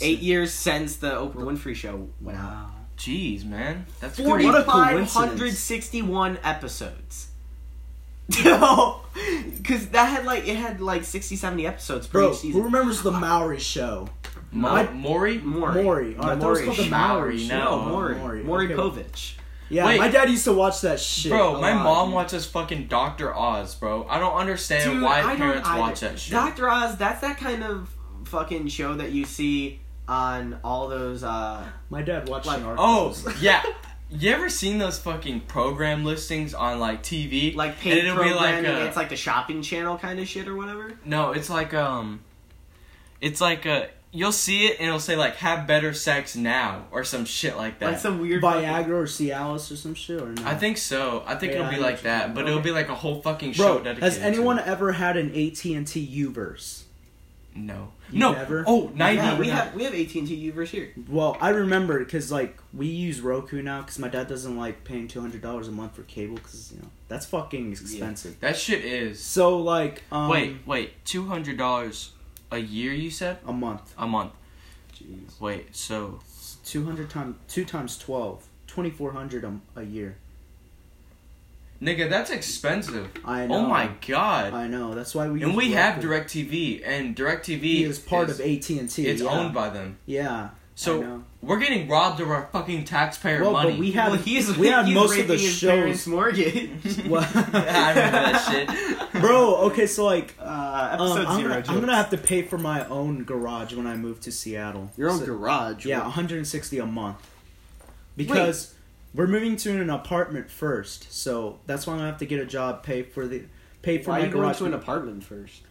S2: 8 years since the Oprah Winfrey show went out.
S3: Wow.
S1: Jeez, man. That's
S3: What a coincidence.
S2: 4561 episodes. [LAUGHS] Cuz that had like it had like 60 70 episodes per
S3: Bro,
S2: each
S3: who
S2: season.
S3: remembers the Maori show?
S1: Ma- Maury?
S2: Maury.
S3: Maury. Oh, I thought it was
S2: Maury.
S3: called the Maori
S1: Maury,
S3: show.
S1: no.
S2: Oh, Maury.
S3: Maury,
S2: Maury,
S3: okay.
S2: Povich.
S3: Yeah,
S1: Wait.
S3: my dad used to watch that shit.
S1: Bro,
S3: a
S1: my
S3: lot,
S1: mom
S3: dude.
S1: watches fucking Dr. Oz, bro. I don't understand
S2: Dude,
S1: why
S2: I don't
S1: parents
S2: either.
S1: watch that shit.
S2: Dr. Oz, that's that kind of fucking show that you see on all those uh
S3: My dad watched
S2: Like,
S3: the
S1: Oh,
S3: Archangels.
S1: yeah. You ever seen those fucking program listings on like TV?
S2: like
S1: And
S2: paid
S1: it'll be
S2: programming.
S1: uh,
S2: it's like the shopping channel kind of shit or whatever.
S1: No, it's like um, it's like uh, you'll see it and it'll say like have better sex now or some shit like that.
S2: Like some weird fucking-
S3: Viagra or Cialis or some shit or no?
S1: I think so. I think
S3: Yeah,
S1: it'll
S3: I
S1: be
S3: know
S1: like
S3: what you're
S1: that,
S3: talking
S1: but
S3: about.
S1: it'll be like a whole fucking show
S3: Bro,
S1: dedicated.
S3: has
S1: to
S3: anyone
S1: it.
S3: ever had an AT and T Uverse?
S1: No.
S3: You
S1: no.
S3: never?
S1: Oh, 90.
S2: Yeah, we
S3: Yeah.
S2: have we have AT and T Uverse here.
S3: Well, I remember because like we use Roku now because my dad doesn't like paying two hundred dollars a month for cable because you know that's fucking expensive.
S1: That shit is.
S3: So like, um,
S1: wait, wait. Two hundred dollars a year? You said
S3: a month,
S1: a month.
S4: Jeez.
S1: Wait. So
S3: two hundred times two times twelve. 2400 a, a year.
S1: nigga, that's expensive.
S3: I know.
S1: Oh my god.
S3: I know. That's why we
S1: and
S3: use
S1: we have
S3: Roku.
S1: DirecTV, and DirecTV
S3: He is part of AT&T.
S1: It's
S3: yeah.
S1: owned by them.
S3: Yeah.
S1: So-
S3: I know.
S1: We're getting robbed of our fucking taxpayer
S3: well,
S1: money.
S3: but we have
S2: well, he's
S3: we
S2: [LAUGHS]
S3: have
S2: he's
S3: most of the
S2: raping his
S3: shows.
S2: parents' mortgage.
S3: [LAUGHS]
S2: [LAUGHS]
S3: Well-
S1: I remember that shit.
S3: Bro, okay,
S4: [LAUGHS]
S3: so like
S2: Uh,
S3: um,
S2: episode
S3: I'm,
S2: 0
S3: gonna, I'm
S2: jokes.
S3: gonna have to pay for my own garage when I move to Seattle.
S4: Your own
S3: So-
S4: garage.
S3: Yeah, 160 a month. Because we're moving to an apartment first, so that's why I'm gonna have to get a job, pay for the pay for
S4: Why are
S3: my
S4: you going
S3: garage
S4: to an apartment first?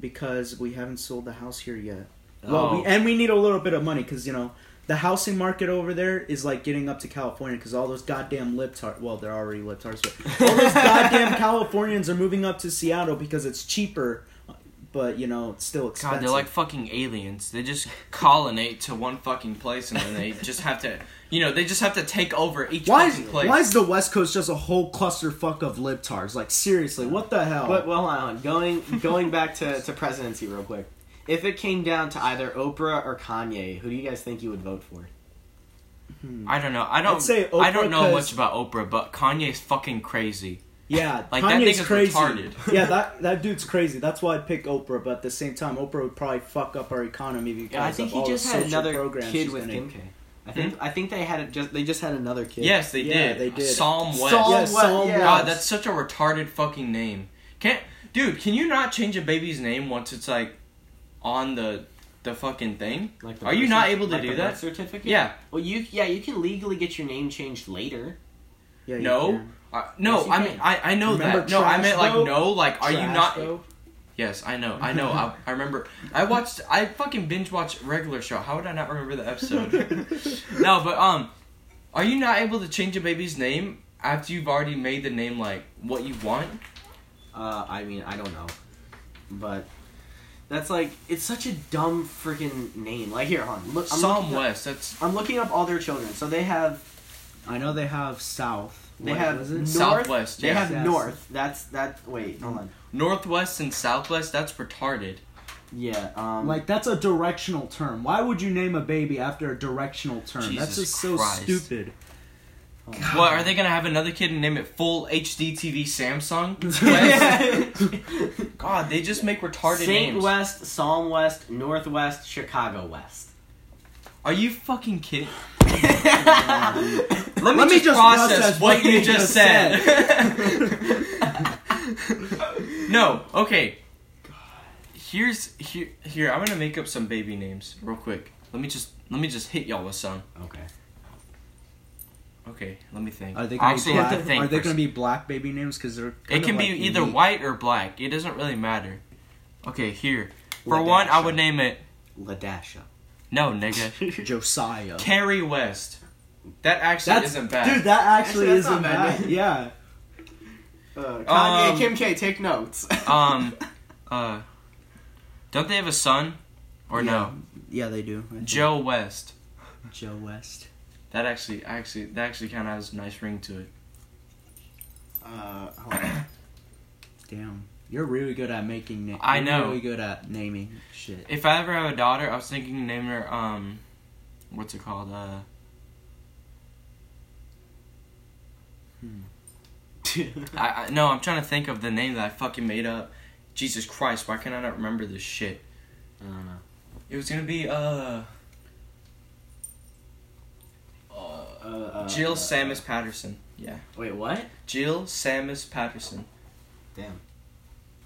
S3: because we haven't sold the house here yet.
S1: Oh.
S3: Well, we, and we need a little bit of money because you know the housing market over there is like getting up to California because all those goddamn libtards. Well, they're already libtards, but [LAUGHS] all those goddamn [LAUGHS] Californians are moving up to Seattle because it's cheaper, but you know it's still
S1: God,
S3: expensive.
S1: they're like fucking aliens. They just [LAUGHS] colonate to one fucking place, and then [LAUGHS] they just have to, you know, they just have to take over each
S3: why is
S1: fucking place.
S3: why is the West Coast just a whole clusterfuck of libtards? Like seriously, what the
S2: [LAUGHS]
S3: hell?
S2: But well, hold on. Going going back to, to presidency real quick. If it came down to either Oprah or Kanye, who do you guys think you would vote for?
S1: I don't know. I don't.
S3: I'd say
S1: I
S3: Oprah
S1: don't know
S3: 'cause-
S1: much about Oprah, but Kanye's fucking crazy.
S3: yeah,
S1: Like, that
S3: Kanye's
S1: nigga's
S3: crazy.
S1: retarded.
S3: [LAUGHS] yeah, that that dude's crazy. That's why I'd pick Oprah, but at the same time, Oprah would probably fuck up our economy because
S2: I think
S3: of
S2: he
S3: all
S2: just
S3: the
S2: had
S3: social
S2: another
S3: programs
S2: kid
S3: she's
S2: with
S3: gonna
S2: him. I think
S3: Hmm?
S2: I think they had it just they just had another kid.
S1: Yes, they
S3: Yeah,
S1: did.
S3: they did.
S1: Psalm West.
S2: Psalm
S3: Yeah,
S2: West,
S3: Psalm
S2: yeah.
S1: God,
S3: West.
S1: that's such a retarded fucking name. Can't, dude? Can you not change a baby's name once it's like on the the fucking thing?
S2: Like the
S1: Are you
S2: birth
S1: not
S2: cer-
S1: able to
S2: like
S1: do
S2: the
S1: that?
S2: birth certificate?
S1: Yeah.
S2: Well, you yeah you can legally get your name changed later.
S3: Yeah, you
S1: No.
S3: can.
S1: Uh, no,
S2: Yes, you
S1: I mean
S2: can.
S1: I, I know
S3: Remember
S1: that. No, I
S3: Trash,
S1: meant like
S3: though?
S1: no, like are you
S3: Trash,
S1: not?
S3: though?
S1: Yes, I know, I know. I, I remember. I watched. I fucking binge watched regular show. How would I not remember the
S3: [LAUGHS]
S1: episode? no, but um, are you not able to change a baby's name after you've already made the name like what you want?
S2: Uh, I mean I don't know, but that's like it's such a dumb freaking name. Like here, hon, look, I'm
S1: Psalm
S2: looking up-
S1: West. That's
S2: I'm looking up all their children. So they have
S3: I know they have South.
S2: They
S3: What
S2: have
S3: was
S2: north.
S3: it?
S1: Southwest,
S2: They
S1: yeah.
S2: have
S3: Yes.
S2: north. That's that. Wait, hold on.
S1: Northwest and Southwest. That's retarded.
S2: Yeah. Um.
S3: Like that's a directional term. Why would you name a baby after a directional term? that's
S1: Jesus
S3: just
S1: Christ.
S3: so stupid.
S1: What
S2: [LAUGHS]
S1: are they gonna have another kid and name it full HD TV Samsung? West?
S2: West.
S1: God, they just make retarded
S2: Saint
S1: names.
S2: West, Psalm West, Northwest, Chicago
S1: [LAUGHS]
S2: West.
S1: Are you fucking kidding?
S2: Let
S1: Let me,
S3: Let me
S1: just,
S3: just
S1: process,
S3: process
S1: what
S3: what
S1: you
S3: you
S1: just
S3: just
S1: said.
S2: [LAUGHS]
S1: [LAUGHS] no, okay. Here's here here. I'm gonna make up some baby names real quick. Let me just let me just hit y'all with some.
S2: Okay.
S1: Okay, let me think.
S3: Are they gonna
S5: Actually,
S3: be
S5: I
S3: black?
S5: have to think
S3: are they
S5: first.
S3: gonna be black baby names? Because they're
S5: It
S3: kind
S5: can
S3: of,
S5: be
S3: like,
S5: either
S3: unique.
S5: white or black. It doesn't really matter. Okay, here. For
S2: Let that
S5: one, I
S2: show.
S5: would name it.
S2: Ladasha.
S5: No, nigga.
S2: [LAUGHS]
S3: Josiah.
S1: Carrie West. That actually
S3: Oh. That's-
S1: isn't bad.
S3: Dude, that
S6: Actually,
S3: actually,
S6: that's
S3: isn't
S6: not bad.
S3: bad. Yeah.
S6: Uh, Kanye,
S5: Um,
S6: Kim K, take notes.
S5: um, uh, don't they have a son? Or no?
S2: Yeah, they do. I think.
S5: Joe West.
S2: Joe West.
S1: That actually, actually, that actually kind of has a nice ring to it.
S2: [LAUGHS] Uh, hold on.
S3: Damn. You're really good at making names.
S5: I know.
S3: Really good at naming shit.
S5: If I ever have a daughter, I was thinking name her um, what's it called? Uh,
S1: [LAUGHS]
S5: I, I no, I'm trying to think of the name that I fucking made up.
S1: Jesus Christ, why can I not remember this shit?
S2: I don't know.
S1: It was gonna be uh,
S2: Uh, uh,
S1: Jill
S2: uh,
S1: Samus Patterson. Yeah,
S2: Wait, what?
S1: Jill Samus Patterson.
S2: Damn.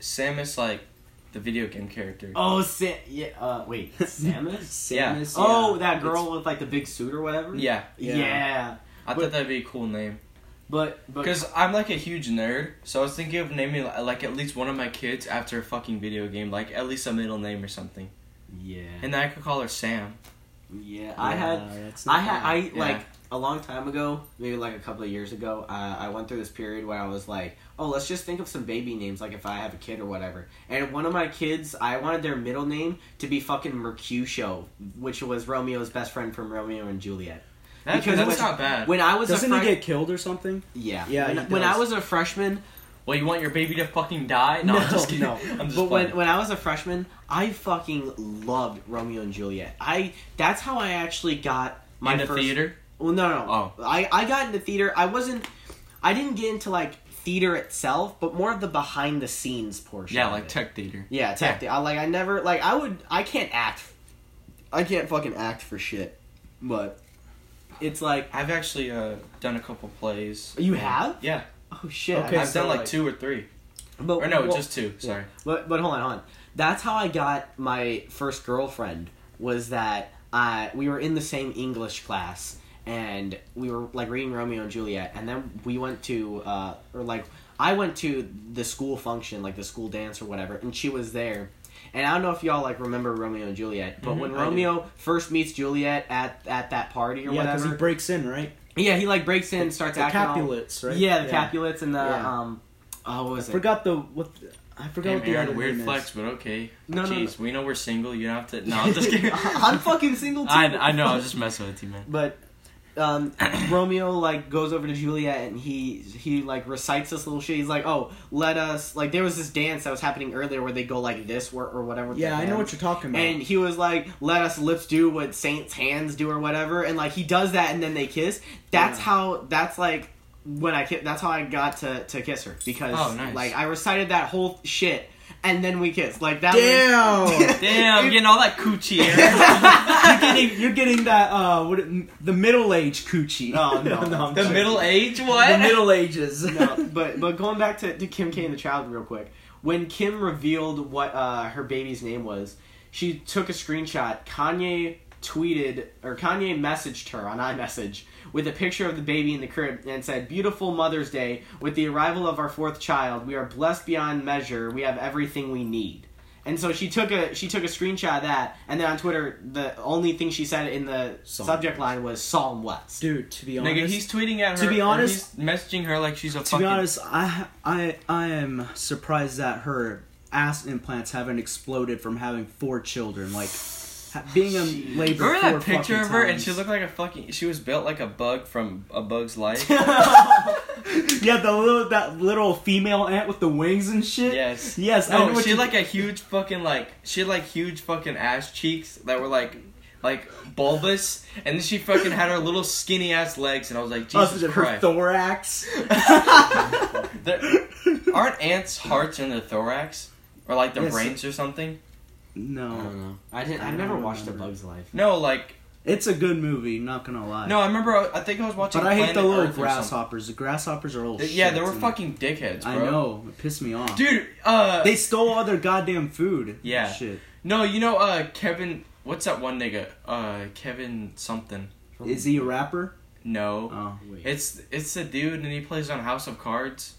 S1: Samus like the video game character.
S2: Oh, Sa- yeah. Uh, wait, Samus.
S1: Yeah.
S3: Samus,
S2: Oh, that girl with like the big suit or whatever.
S1: Yeah,
S2: Yeah.
S1: I
S2: But-
S1: thought that'd be a cool name.
S2: But but
S1: Because I'm like a huge nerd, so I was thinking of naming like at least one of my kids after a fucking video game, like at least a middle name or something.
S2: yeah.
S1: And then I could call her Sam.
S2: yeah, I had
S3: that's not
S2: I had I
S3: bad.
S1: Yeah.
S2: like a long time ago, maybe like a couple of years ago. Uh, I went through this period where I was like, "Oh, let's just think of some baby names, like if I have a kid or whatever." And one of my kids, I wanted their middle name to be fucking Mercutio, which was Romeo's best friend from Romeo and Juliet.
S1: That,
S2: Because
S1: that's
S2: when-
S1: not bad.
S2: When I was
S3: Doesn't
S2: a
S3: he
S2: fre-
S3: get killed or something?
S2: yeah
S3: Yeah,
S2: when,
S3: he
S2: when I
S3: does.
S2: was a freshman,
S1: Well, you want your baby to fucking die? No, I'm just kidding.
S2: [LAUGHS] no.
S1: [LAUGHS] I'm just
S2: but when,
S1: playing.
S2: when I was a freshman, I fucking loved Romeo and Juliet. I that's how I actually got my
S1: in the
S2: first,
S1: theater.
S2: Well, no, no. no.
S1: Oh.
S2: I I got into theater. I wasn't. I didn't get into like theater itself, but more of the behind the scenes portion.
S1: Yeah,
S2: of
S1: like
S2: it.
S1: tech theater.
S2: Yeah, tech. I like. I never like. I would. I can't act. I can't fucking act for shit. But it's like
S1: I've actually uh, done a couple plays.
S2: you have.
S1: Yeah,
S2: Oh shit! I
S3: Okay,
S1: I've
S2: have-
S3: so,
S1: done like,
S3: like-
S1: two or three,
S2: but,
S1: or no,
S2: well-
S1: just two. Sorry.
S2: But but hold on, hold on. That's how I got my first girlfriend. Was that uh, we were in the same English class and we were like reading Romeo and Juliet, and then we went to uh, or like I went to the school function, like the school dance or whatever, and she was there. And I don't know if y'all like remember Romeo and Juliet,
S3: Mm-hmm,
S2: but when
S1: I do.
S2: Romeo first meets Juliet at at that party or
S3: Yeah, because he
S2: whatever,
S3: breaks in, right?
S2: yeah, he like breaks in, and starts
S3: The
S2: acting. all-
S3: Capulets, right?
S2: Yeah, the Capulets and the
S3: Yeah.
S2: um, oh, what was it?
S3: Forgot the what? the- I forgot
S1: Damn,
S3: what the
S1: Aaron,
S3: other
S1: weird
S3: name
S1: flex,
S3: is.
S1: but okay.
S2: No, no, no.
S1: Jeez, we know we're single. You don't have to. No, I'm just
S3: [LAUGHS]
S1: kidding.
S2: [LAUGHS] I'm fucking single too.
S5: I I know. I was just messing with you, man.
S2: But um, [CLEARS THROAT] Romeo like goes over to Juliet and he he like recites this little shit. He's like, "Oh, let us." Like there was this dance that was happening earlier where they go like this or, or whatever. with
S3: Yeah,
S2: their
S3: I know
S2: hands.
S3: what you're talking about.
S2: And he was like, "Let us lips do what saints' hands do or whatever." And like he does that and then they kiss. That's
S3: Yeah.
S2: how. That's like when I ki- that's how I got to to kiss her because
S5: Oh, nice.
S2: like I recited that whole shit and then we kissed. Like that. was-
S3: Damn.
S5: Damn, getting all that coochie. Aaron.
S3: [LAUGHS] you're getting you're getting that uh what it- the middle age coochie.
S2: Oh,
S3: [LAUGHS]
S2: no.
S3: I'm
S1: the
S3: joking.
S1: middle age? What?
S3: the middle ages.
S2: no, but but going back to, to Kim K and the child real quick. When Kim revealed what uh, her baby's name was, she took a screenshot. Kanye tweeted or Kanye messaged her on iMessage with a picture of the baby in the crib and said, "Beautiful Mother's Day. With the arrival of our fourth child, we are blessed beyond measure. We have everything we need." And so she took a she took a screenshot of that, and then on Twitter, the only thing she said in the
S3: Psalm
S2: subject line was "Psalm West."
S3: [LAUGHS] Dude, to be honest,
S5: Nigga, he's tweeting at her.
S3: To be
S5: or
S3: honest-
S5: he's messaging her like she's a
S3: to
S5: fucking.
S3: be honest, I I I am surprised that her ass implants haven't exploded from having four children. Like ha- being in labor.
S5: Remember
S3: four
S5: that picture
S3: fucking
S5: of her and
S3: times.
S1: She looked like a fucking. She was built like a bug from A Bug's
S3: [LAUGHS]
S1: Life.
S3: yeah, the little that little female ant with the wings and shit.
S1: Yes.
S3: Yes. I know
S1: No,
S3: what
S1: she
S3: you-
S1: had like a huge fucking like she had like huge fucking ass cheeks that were like like bulbous, and then she fucking had her little skinny ass legs, and I was like,
S3: us
S1: Jesus
S3: with Oh, her
S1: Christ,
S3: thorax.
S1: [LAUGHS] There- aren't ants' hearts in the thorax or like their
S3: Yes.
S1: brains or something?
S2: I
S3: [LAUGHS] No,
S2: don't know. I didn't. I,
S3: I don't
S2: never watched A
S3: remember.
S2: Bug's Life.
S1: No, like
S3: it's a good movie. Not gonna lie.
S1: no, I remember uh, I, I think I was watching.
S3: but I hate
S1: Planet
S3: the little
S1: Earth or something.
S3: grasshoppers. The grasshoppers are old.
S1: Th- Yeah, they
S3: shits,
S1: were
S3: and-
S1: fucking dickheads, bro.
S3: I know. It pissed me off.
S1: dude. Uh,
S3: They stole all their goddamn food.
S1: Yeah.
S3: Shit.
S1: no, you know, uh, Kevin. What's that one nigga? Uh, Kevin something.
S3: Is he a rapper?
S1: No.
S4: Oh wait,
S1: It's it's a dude and he plays on House of Cards.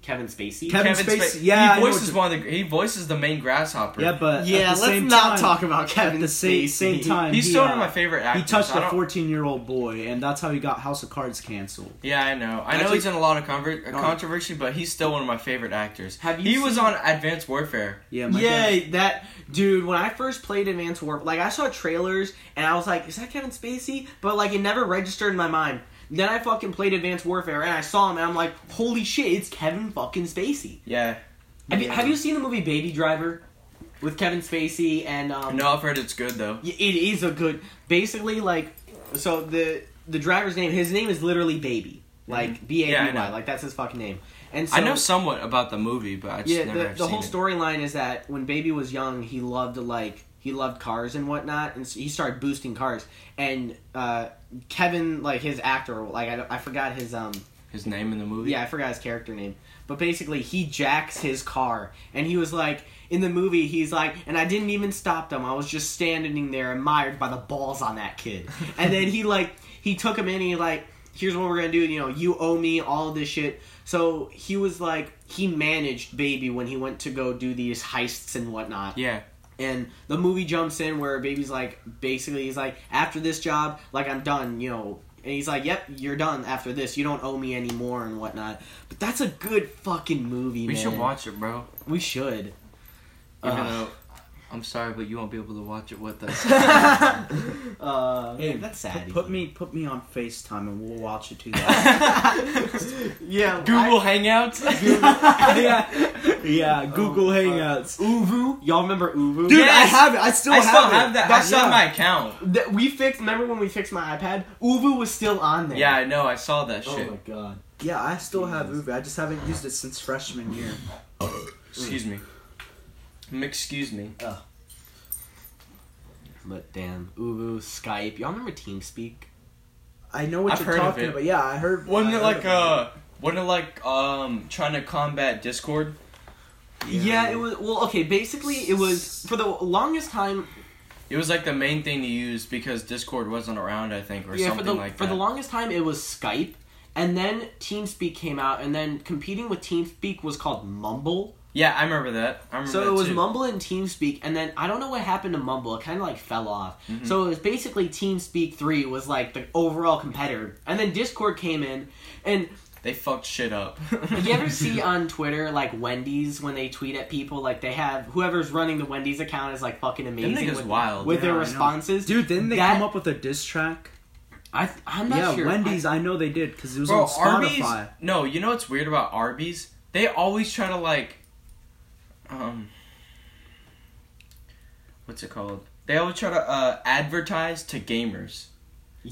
S4: Kevin Spacey.
S3: Kevin Spacey- yeah, I
S1: he
S3: know
S1: voices
S3: what
S1: one of the he voices the main grasshopper.
S3: Yeah, but
S2: yeah,
S3: at
S2: let's
S3: the same
S2: not
S3: time,
S2: talk about
S3: At
S2: Kevin
S3: the same,
S2: Spacey.
S3: same time,
S1: he's
S3: he,
S1: still
S3: uh,
S1: one of my favorite
S3: He
S1: actors.
S3: touched
S1: I
S3: a
S1: don't-
S3: fourteen-year-old boy, and that's how he got House of Cards canceled.
S1: Yeah, I know. I know
S3: Actually-
S1: he's in a lot of conver- controversy, but he's still one of my favorite actors.
S4: Have you
S1: He was
S4: seen-
S1: on Advanced Warfare.
S3: Yeah, Oh my
S2: Yeah,
S3: dad-
S2: that dude. When I first played Advanced Warfare, like I saw trailers and I was like, "Is that Kevin Spacey?" But like it never registered in my mind. Then I fucking played Advanced Warfare and I saw him and I'm like, "Holy shit, it's Kevin fucking Spacey."
S1: Yeah.
S2: Have you
S3: Yeah.
S2: have you seen the movie Baby Driver with Kevin Spacey and um?
S1: No, I've heard it's good though.
S2: y- It is a good. Basically, like, so the the driver's name, his name is literally Baby, like B A
S1: Mm-hmm.
S2: B
S1: Yeah, I
S2: Y,
S1: know.
S2: like that's his fucking name. And so
S1: I know somewhat about the movie, but I just
S2: yeah,
S1: never
S2: the,
S1: have
S2: the
S1: seen
S2: whole
S1: it.
S2: storyline is that when Baby was young, he loved like he loved cars and whatnot, and so he started boosting cars. And uh, Kevin, like his actor, like I, don't- I forgot his um
S1: His name in the movie.
S2: yeah I forgot his character name, but basically he jacks his car, and he was like in the movie he's like, and I didn't even stop them. I was just standing there admired by the balls on that kid. and then he like he took him in, and he like here's what we're gonna do. You know, you owe me all this shit. So he was like, he managed Baby when he went to go do these heists and whatnot.
S1: Yeah.
S2: And the movie jumps in where Baby's like, basically, he's like, after this job, like, I'm done, you know. And he's like, yep, you're done after this. You don't owe me anymore and whatnot. But that's a good fucking movie,
S1: We
S2: man.
S1: should watch it, bro.
S2: We should.
S1: Even
S2: Ugh. [LAUGHS]
S1: [LAUGHS] though I'm sorry, but you won't be able to watch it with us.
S2: [LAUGHS] Uh,
S3: Hey,
S2: man, that's sad.
S3: Put, put me, put me on Facetime, and we'll
S1: [LAUGHS]
S3: watch it together.
S2: yeah,
S1: [LAUGHS] Google
S2: [LAUGHS]
S1: Hangouts.
S3: yeah, yeah. Google Hangouts.
S2: Uvu. Y'all remember Uvu?
S3: Oh, Dude,
S1: Yes!
S3: I have it. I still,
S1: I
S3: have,
S1: still
S3: it.
S1: have that. I
S3: That's-
S1: still have my
S3: yeah.
S1: account.
S2: That we fixed. Remember when we fixed my iPad? Uvu was still on there.
S1: Yeah, I know. I saw that
S3: Oh,
S1: shit.
S2: god.
S3: Yeah, I still have Uber. I just haven't used it since freshman year.
S1: Excuse me. Mm, Excuse me.
S2: But damn, Uvu, Skype. Y'all remember TeamSpeak?
S3: I know what
S1: I've
S3: you're
S1: heard of
S3: talking
S1: it.
S3: about. Yeah, I heard.
S1: Wasn't
S3: I
S1: it
S3: heard
S1: like
S3: about
S1: uh? Wasn't it like um trying to combat Discord?
S2: Yeah. it was. Well, okay. Basically, it was for the longest time.
S1: It was like the main thing to use because Discord wasn't around, I think, or
S2: Yeah, for
S1: something
S2: the
S1: like
S2: for
S1: that.
S2: the longest time, it was Skype, and then TeamSpeak came out, and then competing with TeamSpeak was called Mumble.
S1: yeah, I remember that. I remember
S2: So
S1: that
S2: it was
S1: too.
S2: Mumble and TeamSpeak, and then I don't know what happened to Mumble. It kind of like fell off.
S1: Mm-hmm.
S2: So it was basically TeamSpeak three was like the overall competitor, and then Discord came in, and
S1: They fucked shit up. [LAUGHS]
S2: you ever see on Twitter like Wendy's when they tweet at people like they have whoever's running the Wendy's account is like fucking amazing
S1: niggas
S2: with,
S1: wild.
S2: with
S3: Yeah, I
S2: their
S3: know.
S2: responses,
S3: it. dude, didn't they
S2: That-
S3: come up with a diss track?
S2: I I'm not
S3: Yeah,
S2: sure.
S3: Wendy's. I, know they did because it was
S1: Bro,
S3: on Spotify.
S1: Arby's. No, you know what's weird about Arby's? They always try to like, um, what's it called? They always try to uh, advertise to gamers.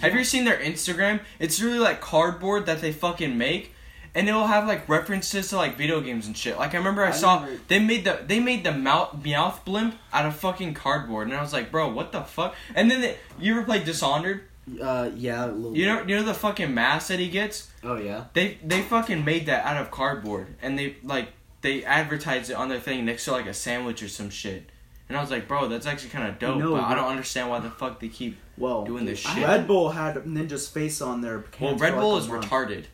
S1: Have you seen their Instagram? It's really like cardboard that they fucking make, and it'll have like references to like video games and shit. Like I remember I,
S2: I
S1: saw
S2: never-
S1: they made the they made the mouth mouth blimp out of fucking cardboard, and I was like, bro, what the fuck? And then they, you ever played Dishonored?
S2: Uh, yeah, a little
S1: You know you know the fucking mask that he gets.
S2: Oh yeah.
S1: They they fucking made that out of cardboard, and they like they advertised it on their thing next to like a sandwich or some shit. And I was like, bro, that's actually kind of dope,
S3: know,
S1: but I
S3: bro.
S1: don't understand why the fuck they keep.
S3: Whoa,
S1: doing this
S3: I-
S1: shit.
S3: Red Bull had Ninja's face on their.
S1: Well,
S3: cans for
S1: Red
S3: like
S1: Bull
S3: a
S1: is
S3: month.
S1: retarded.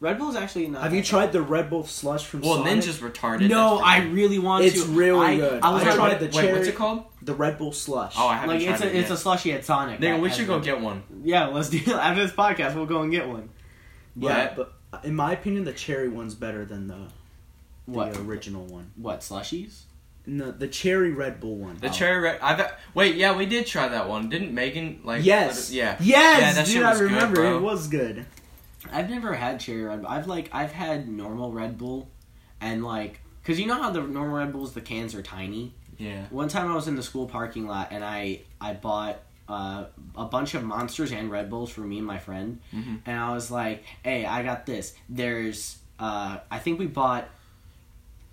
S2: Red Bull's actually not.
S3: Have you
S2: that
S3: tried the Red Bull slush from
S1: Well,
S3: Sonic?
S1: Ninja's retarded.
S2: No,
S1: that's for
S2: I
S1: sure.
S2: really want
S3: It's
S2: to.
S3: really
S2: I,
S3: good.
S2: I was
S3: I
S2: like,
S3: tried
S1: tried
S3: the
S1: Wait, what's
S3: cherry-
S1: it called?
S3: The Red Bull slush.
S1: Oh, I haven't
S2: like
S1: tried
S2: it's
S1: it
S2: a it's a
S1: yet.
S2: slushy at Sonic.
S1: Nigga,
S2: That
S1: we
S2: has
S1: should
S2: it.
S1: go get one.
S2: Yeah, let's do after this podcast. We'll go and get one.
S3: yeah,
S1: yeah.
S3: but in my opinion, the cherry one's better than the
S2: What?
S3: the original one.
S2: What slushies?
S3: And the the cherry Red Bull one.
S1: The cherry red. I've wait. Yeah, we did try that one. Didn't Megan like?
S3: Yes.
S1: let it- yeah.
S3: Yes.
S1: Yeah, that
S3: dude,
S1: shit was
S3: I
S1: good,
S3: remember
S1: bro.
S3: it was good.
S2: I've never had cherry Red. Bull. I've like I've had normal Red Bull, and like because you know how the normal Red Bulls the cans are tiny.
S1: Yeah.
S2: One time I was in the school parking lot and I I bought uh, a bunch of monsters and Red Bulls for me and my friend,
S1: Mhm.
S2: and I was like, "Hey, I got this." There's uh, I think we bought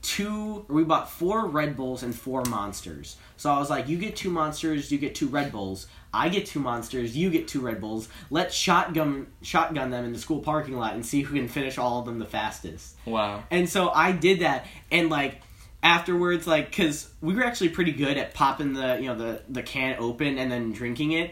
S2: two or we bought four Red Bulls and four monsters. So I was like, "You get two monsters, you get two Red Bulls. I get two monsters, you get two Red Bulls. Let's shotgun shotgun them in the school parking lot and see who can finish all of them the fastest."
S1: Wow.
S2: And so I did that, and like afterwards, like because we were actually pretty good at popping the you know the the can open and then drinking it.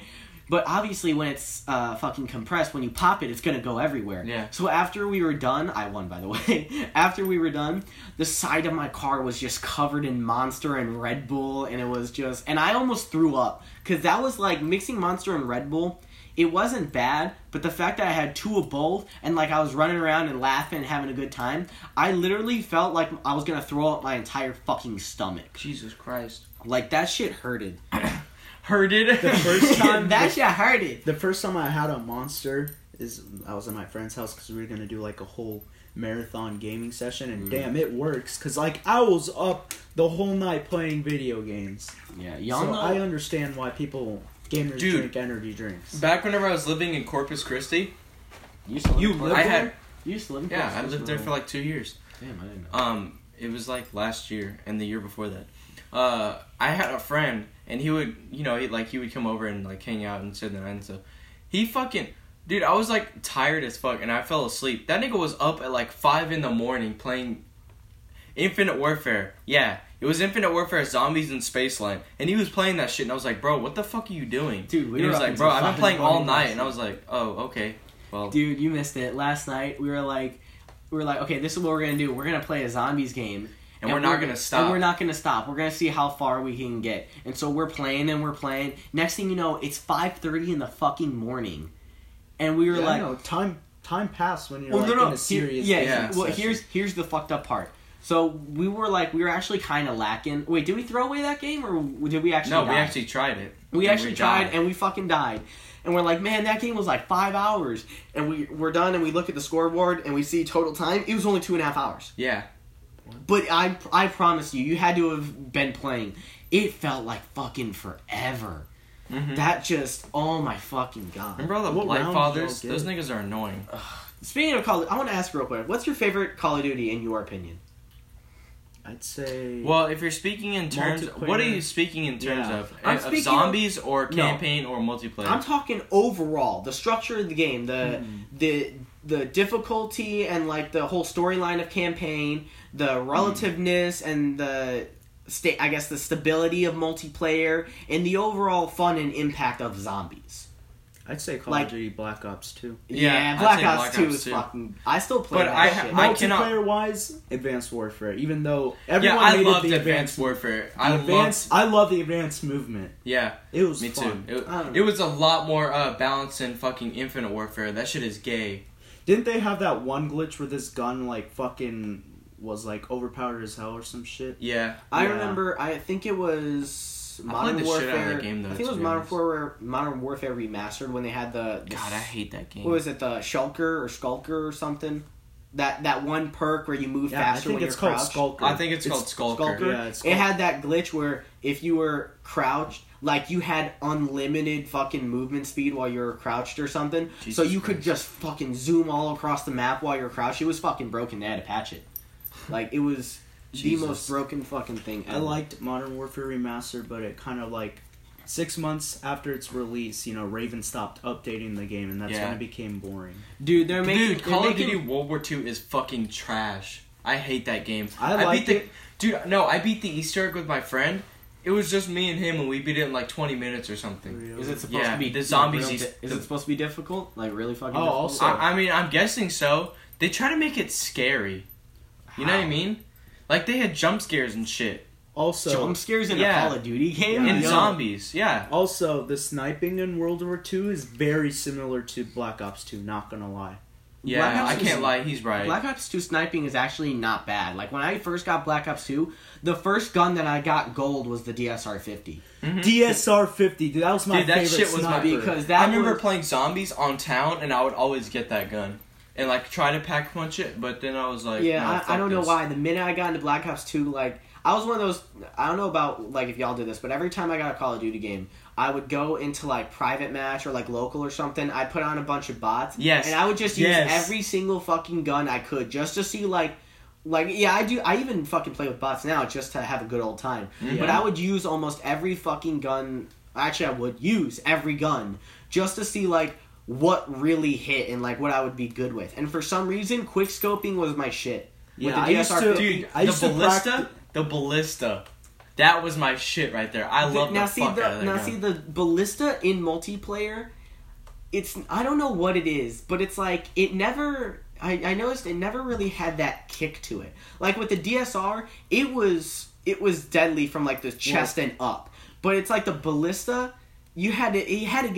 S2: But obviously, when it's uh, fucking compressed, when you pop it, it's gonna go everywhere.
S7: Yeah.
S2: So after we were done, I won by the way. [LAUGHS] after we were done, the side of my car was just covered in Monster and Red Bull, and it was just, and I almost threw up because that was like mixing Monster and Red Bull. It wasn't bad, but the fact that I had two of both and like I was running around and laughing and having a good time, I literally felt like I was gonna throw up my entire fucking stomach.
S7: Jesus Christ.
S2: Like that
S1: [LAUGHS]
S2: shit hurted.
S7: Heard it.
S3: The first
S2: [LAUGHS]
S3: time
S2: that shit hurted.
S3: The first time I had a monster is I was at my friend's house because we were gonna do like a whole marathon gaming session,
S1: Mm.
S3: and damn, it works. Cause like I was up the whole night playing video games,
S2: Yeah, y'all
S3: so
S2: know.
S3: I understand why people gamers
S1: Dude.
S3: drink energy
S1: [LAUGHS]
S3: drinks.
S1: Back whenever I was living in Corpus Christi,
S2: you used to live
S3: You
S2: in
S3: live
S2: Florida?
S1: I had
S2: You used to live in
S1: yeah,
S2: Florida?
S1: I lived there for like two years.
S2: Damn, I didn't know.
S1: Um, it was like last year and the year before that. Uh, I had a friend, and he would, you know, he like he would come over and like hang out and sit the night and stuff. He fucking, dude, I was like tired as fuck, and I fell asleep. That nigga was up at like five in the morning playing Infinite Warfare. Yeah, it was Infinite Warfare Zombies in Spaceland, and he was playing that shit, and I was like, bro, what the fuck are you doing?
S2: Dude, we
S1: And he
S2: were
S1: was
S2: up
S1: like,
S2: until
S1: bro, I've been
S2: fucking
S1: playing all
S2: morning last
S1: night, and I
S2: night.
S1: was like, oh, okay, well,
S2: Dude, you missed it. Last night we were like, we were like, okay, this is what we're gonna do. We're gonna play a zombies game,
S1: And we're not gonna stop.
S2: And we're not gonna stop. We're gonna see how far we can get. And so we're playing and we're playing. Next thing you know, it's five thirty in the fucking morning, and we were
S3: Yeah, I
S2: like,
S3: know, time time passed when you're
S2: well,
S3: like,
S2: no, no,
S3: in a serious
S2: here- yeah.
S1: gaming
S2: yeah. Well,
S3: session.
S2: here's here's the fucked up part. So we were like, we were actually kind of lacking. Wait, did we throw away that game or did we actually?
S1: no, we
S2: die?
S1: actually tried it.
S2: We
S1: and
S2: actually tried
S1: died.
S2: and we fucking died. And we're like, man, that game was like five hours. And we, we're done and we look at the scoreboard and we see total time. It was only two and a half hours.
S1: yeah.
S2: But I, I promise you, you had to have been playing. It felt like fucking forever. That just, oh my fucking god.
S1: Remember all the
S3: What
S1: Blight
S3: round
S1: Fathers?
S3: did y'all
S1: Those
S3: get?
S1: niggas are annoying.
S2: Speaking of Call of I want to ask real quick what's your favorite Call of Duty in your opinion?
S3: I'd say
S1: Well, if you're speaking in terms, what are
S3: Multiplayer.
S1: you speaking in terms
S3: Yeah.
S1: of?
S2: I'm
S1: of
S2: speaking
S1: zombies or
S2: No.
S1: campaign or multiplayer?
S2: I'm talking overall, the structure of the game, the
S1: Mm-hmm.
S2: the the difficulty and like the whole storyline of campaign, the
S1: Mm-hmm.
S2: relativeness and the state I guess the stability of multiplayer and the overall fun and impact of zombies.
S3: I'd say Call
S2: like-
S3: of Duty Black Ops 2.
S1: Yeah,
S2: Yeah,
S1: I'd
S2: Black,
S1: say
S2: Ops,
S1: Black
S2: 2
S1: Ops
S2: is
S1: 2.
S2: fucking I still play
S1: But
S2: that
S1: I-
S2: shit.
S1: I-
S3: Multiplayer
S1: cannot-
S3: wise, Advanced Warfare. Even though
S1: yeah,
S3: everyone
S1: I
S3: hated
S1: loved
S3: the
S1: Advanced Warfare. I
S3: I advanced,
S1: loved.
S3: I love the advanced movement.
S1: Yeah,
S3: It was
S1: me
S3: fun.
S1: too. It,
S2: I don't
S1: it was a lot more uh, balanced than fucking Infinite Warfare. That shit is gay.
S3: Didn't they have that one glitch where this gun like fucking was like overpowered as hell or some shit?
S1: Yeah,
S2: I
S3: Yeah.
S2: remember. I think it was
S1: I played
S2: Modern
S1: the shit
S2: Warfare.
S1: out of that game, though,
S2: I think
S1: to
S2: it was
S1: be
S2: Modern
S1: honest.
S2: Warfare, Modern Warfare remastered when they had the, the
S7: God, I hate that game.
S2: what was it the shulker or skulker or something that that one perk where you move
S3: Yeah, I
S2: faster
S3: think
S2: when
S3: it's
S2: you're
S3: called
S2: crouched
S3: Skulker.
S1: I think it's, called Skulker.
S2: skulker
S3: Yeah, it's
S2: it
S3: called-
S2: had that glitch where if you were crouched like you had unlimited fucking movement speed while you were crouched or something so
S1: Jesus
S2: you could
S1: Christ.
S2: just fucking zoom all across the map while you're crouched it was fucking broken they had to patch it like it was the
S1: Jesus.
S2: most broken fucking thing ever.
S3: I liked Modern Warfare Remaster, but it kind of like six months after its release, you know, Raven stopped updating the game, and that's
S1: Yeah.
S3: when it became boring.
S2: dude they're making
S1: Dude,
S2: they're
S1: Call of
S2: making-
S1: Duty World War II is fucking trash. I hate that game.
S3: I
S1: beat
S3: liked
S1: the
S3: it.
S1: dude. No, I beat the Easter egg with my friend. It was just me and him, and we beat it in like 20 minutes or something.
S2: is it supposed
S1: Yeah,
S2: to be
S1: the zombies
S2: real
S1: is-
S2: di- is it supposed to be difficult like really fucking
S3: Oh,
S2: difficult?
S3: also-
S1: I, I mean, I'm guessing so. They try to make it scary. You know what I
S2: How?
S1: mean? Like they had jump scares and shit,
S3: Also,
S2: jump scares in
S1: Yeah.
S2: a Call of Duty game
S1: and
S3: Yeah.
S1: zombies. Yeah,
S3: also the sniping in World War II is very similar to Black Ops 2. Not
S1: [LAUGHS]
S3: gonna lie.
S1: yeah.
S2: Black
S1: I
S2: Ops
S1: can't
S2: is-
S1: lie, he's right.
S2: Black Ops 2 sniping is actually not bad. Like when I first got Black Ops 2, the first gun that I got gold was the DSR 50
S1: Mm-hmm.
S3: DSR 50, dude, that was my
S1: Dude, that
S3: favorite
S1: shit was my-
S3: sniper.
S2: because that
S1: I remember
S2: was-
S1: playing zombies on town, and I would always get that gun and like try to pack punch it, but then I was like,
S2: yeah,
S1: no, fuck
S2: I, I don't know
S1: this.
S2: why. The minute I got into Black Ops 2, like I was one of those. I don't know about like if y'all did this, but every time I got a Call of Duty game, I would go into like private match or like local or something. I put on a bunch of bots.
S1: Yes.
S2: and I would just use
S1: Yes.
S2: every single fucking gun I could just to see like. Like yeah, I do. I even fucking play with bots now just to have a good old time.
S1: Mm-hmm.
S2: But I would use almost every fucking gun. Actually, I would use every gun just to see like what really hit and like what I would be good with. And for some reason, quick scoping was my shit.
S3: Yeah, I
S2: with the
S3: used
S2: DSR
S3: to-
S1: Dude,
S3: I
S1: the
S3: used to
S1: ballista,
S3: practi-
S1: the ballista. That was my shit right there. I love
S2: now
S1: the
S2: see
S1: fuck
S2: the
S1: out of that
S2: now
S1: gun.
S2: see the ballista in multiplayer. It's I don't know what it is, but it's like it never. I, I noticed it never really had that kick to it. Like with the DSR, it was it was deadly from like the chest and up. But it's like the ballista, you had to you had to get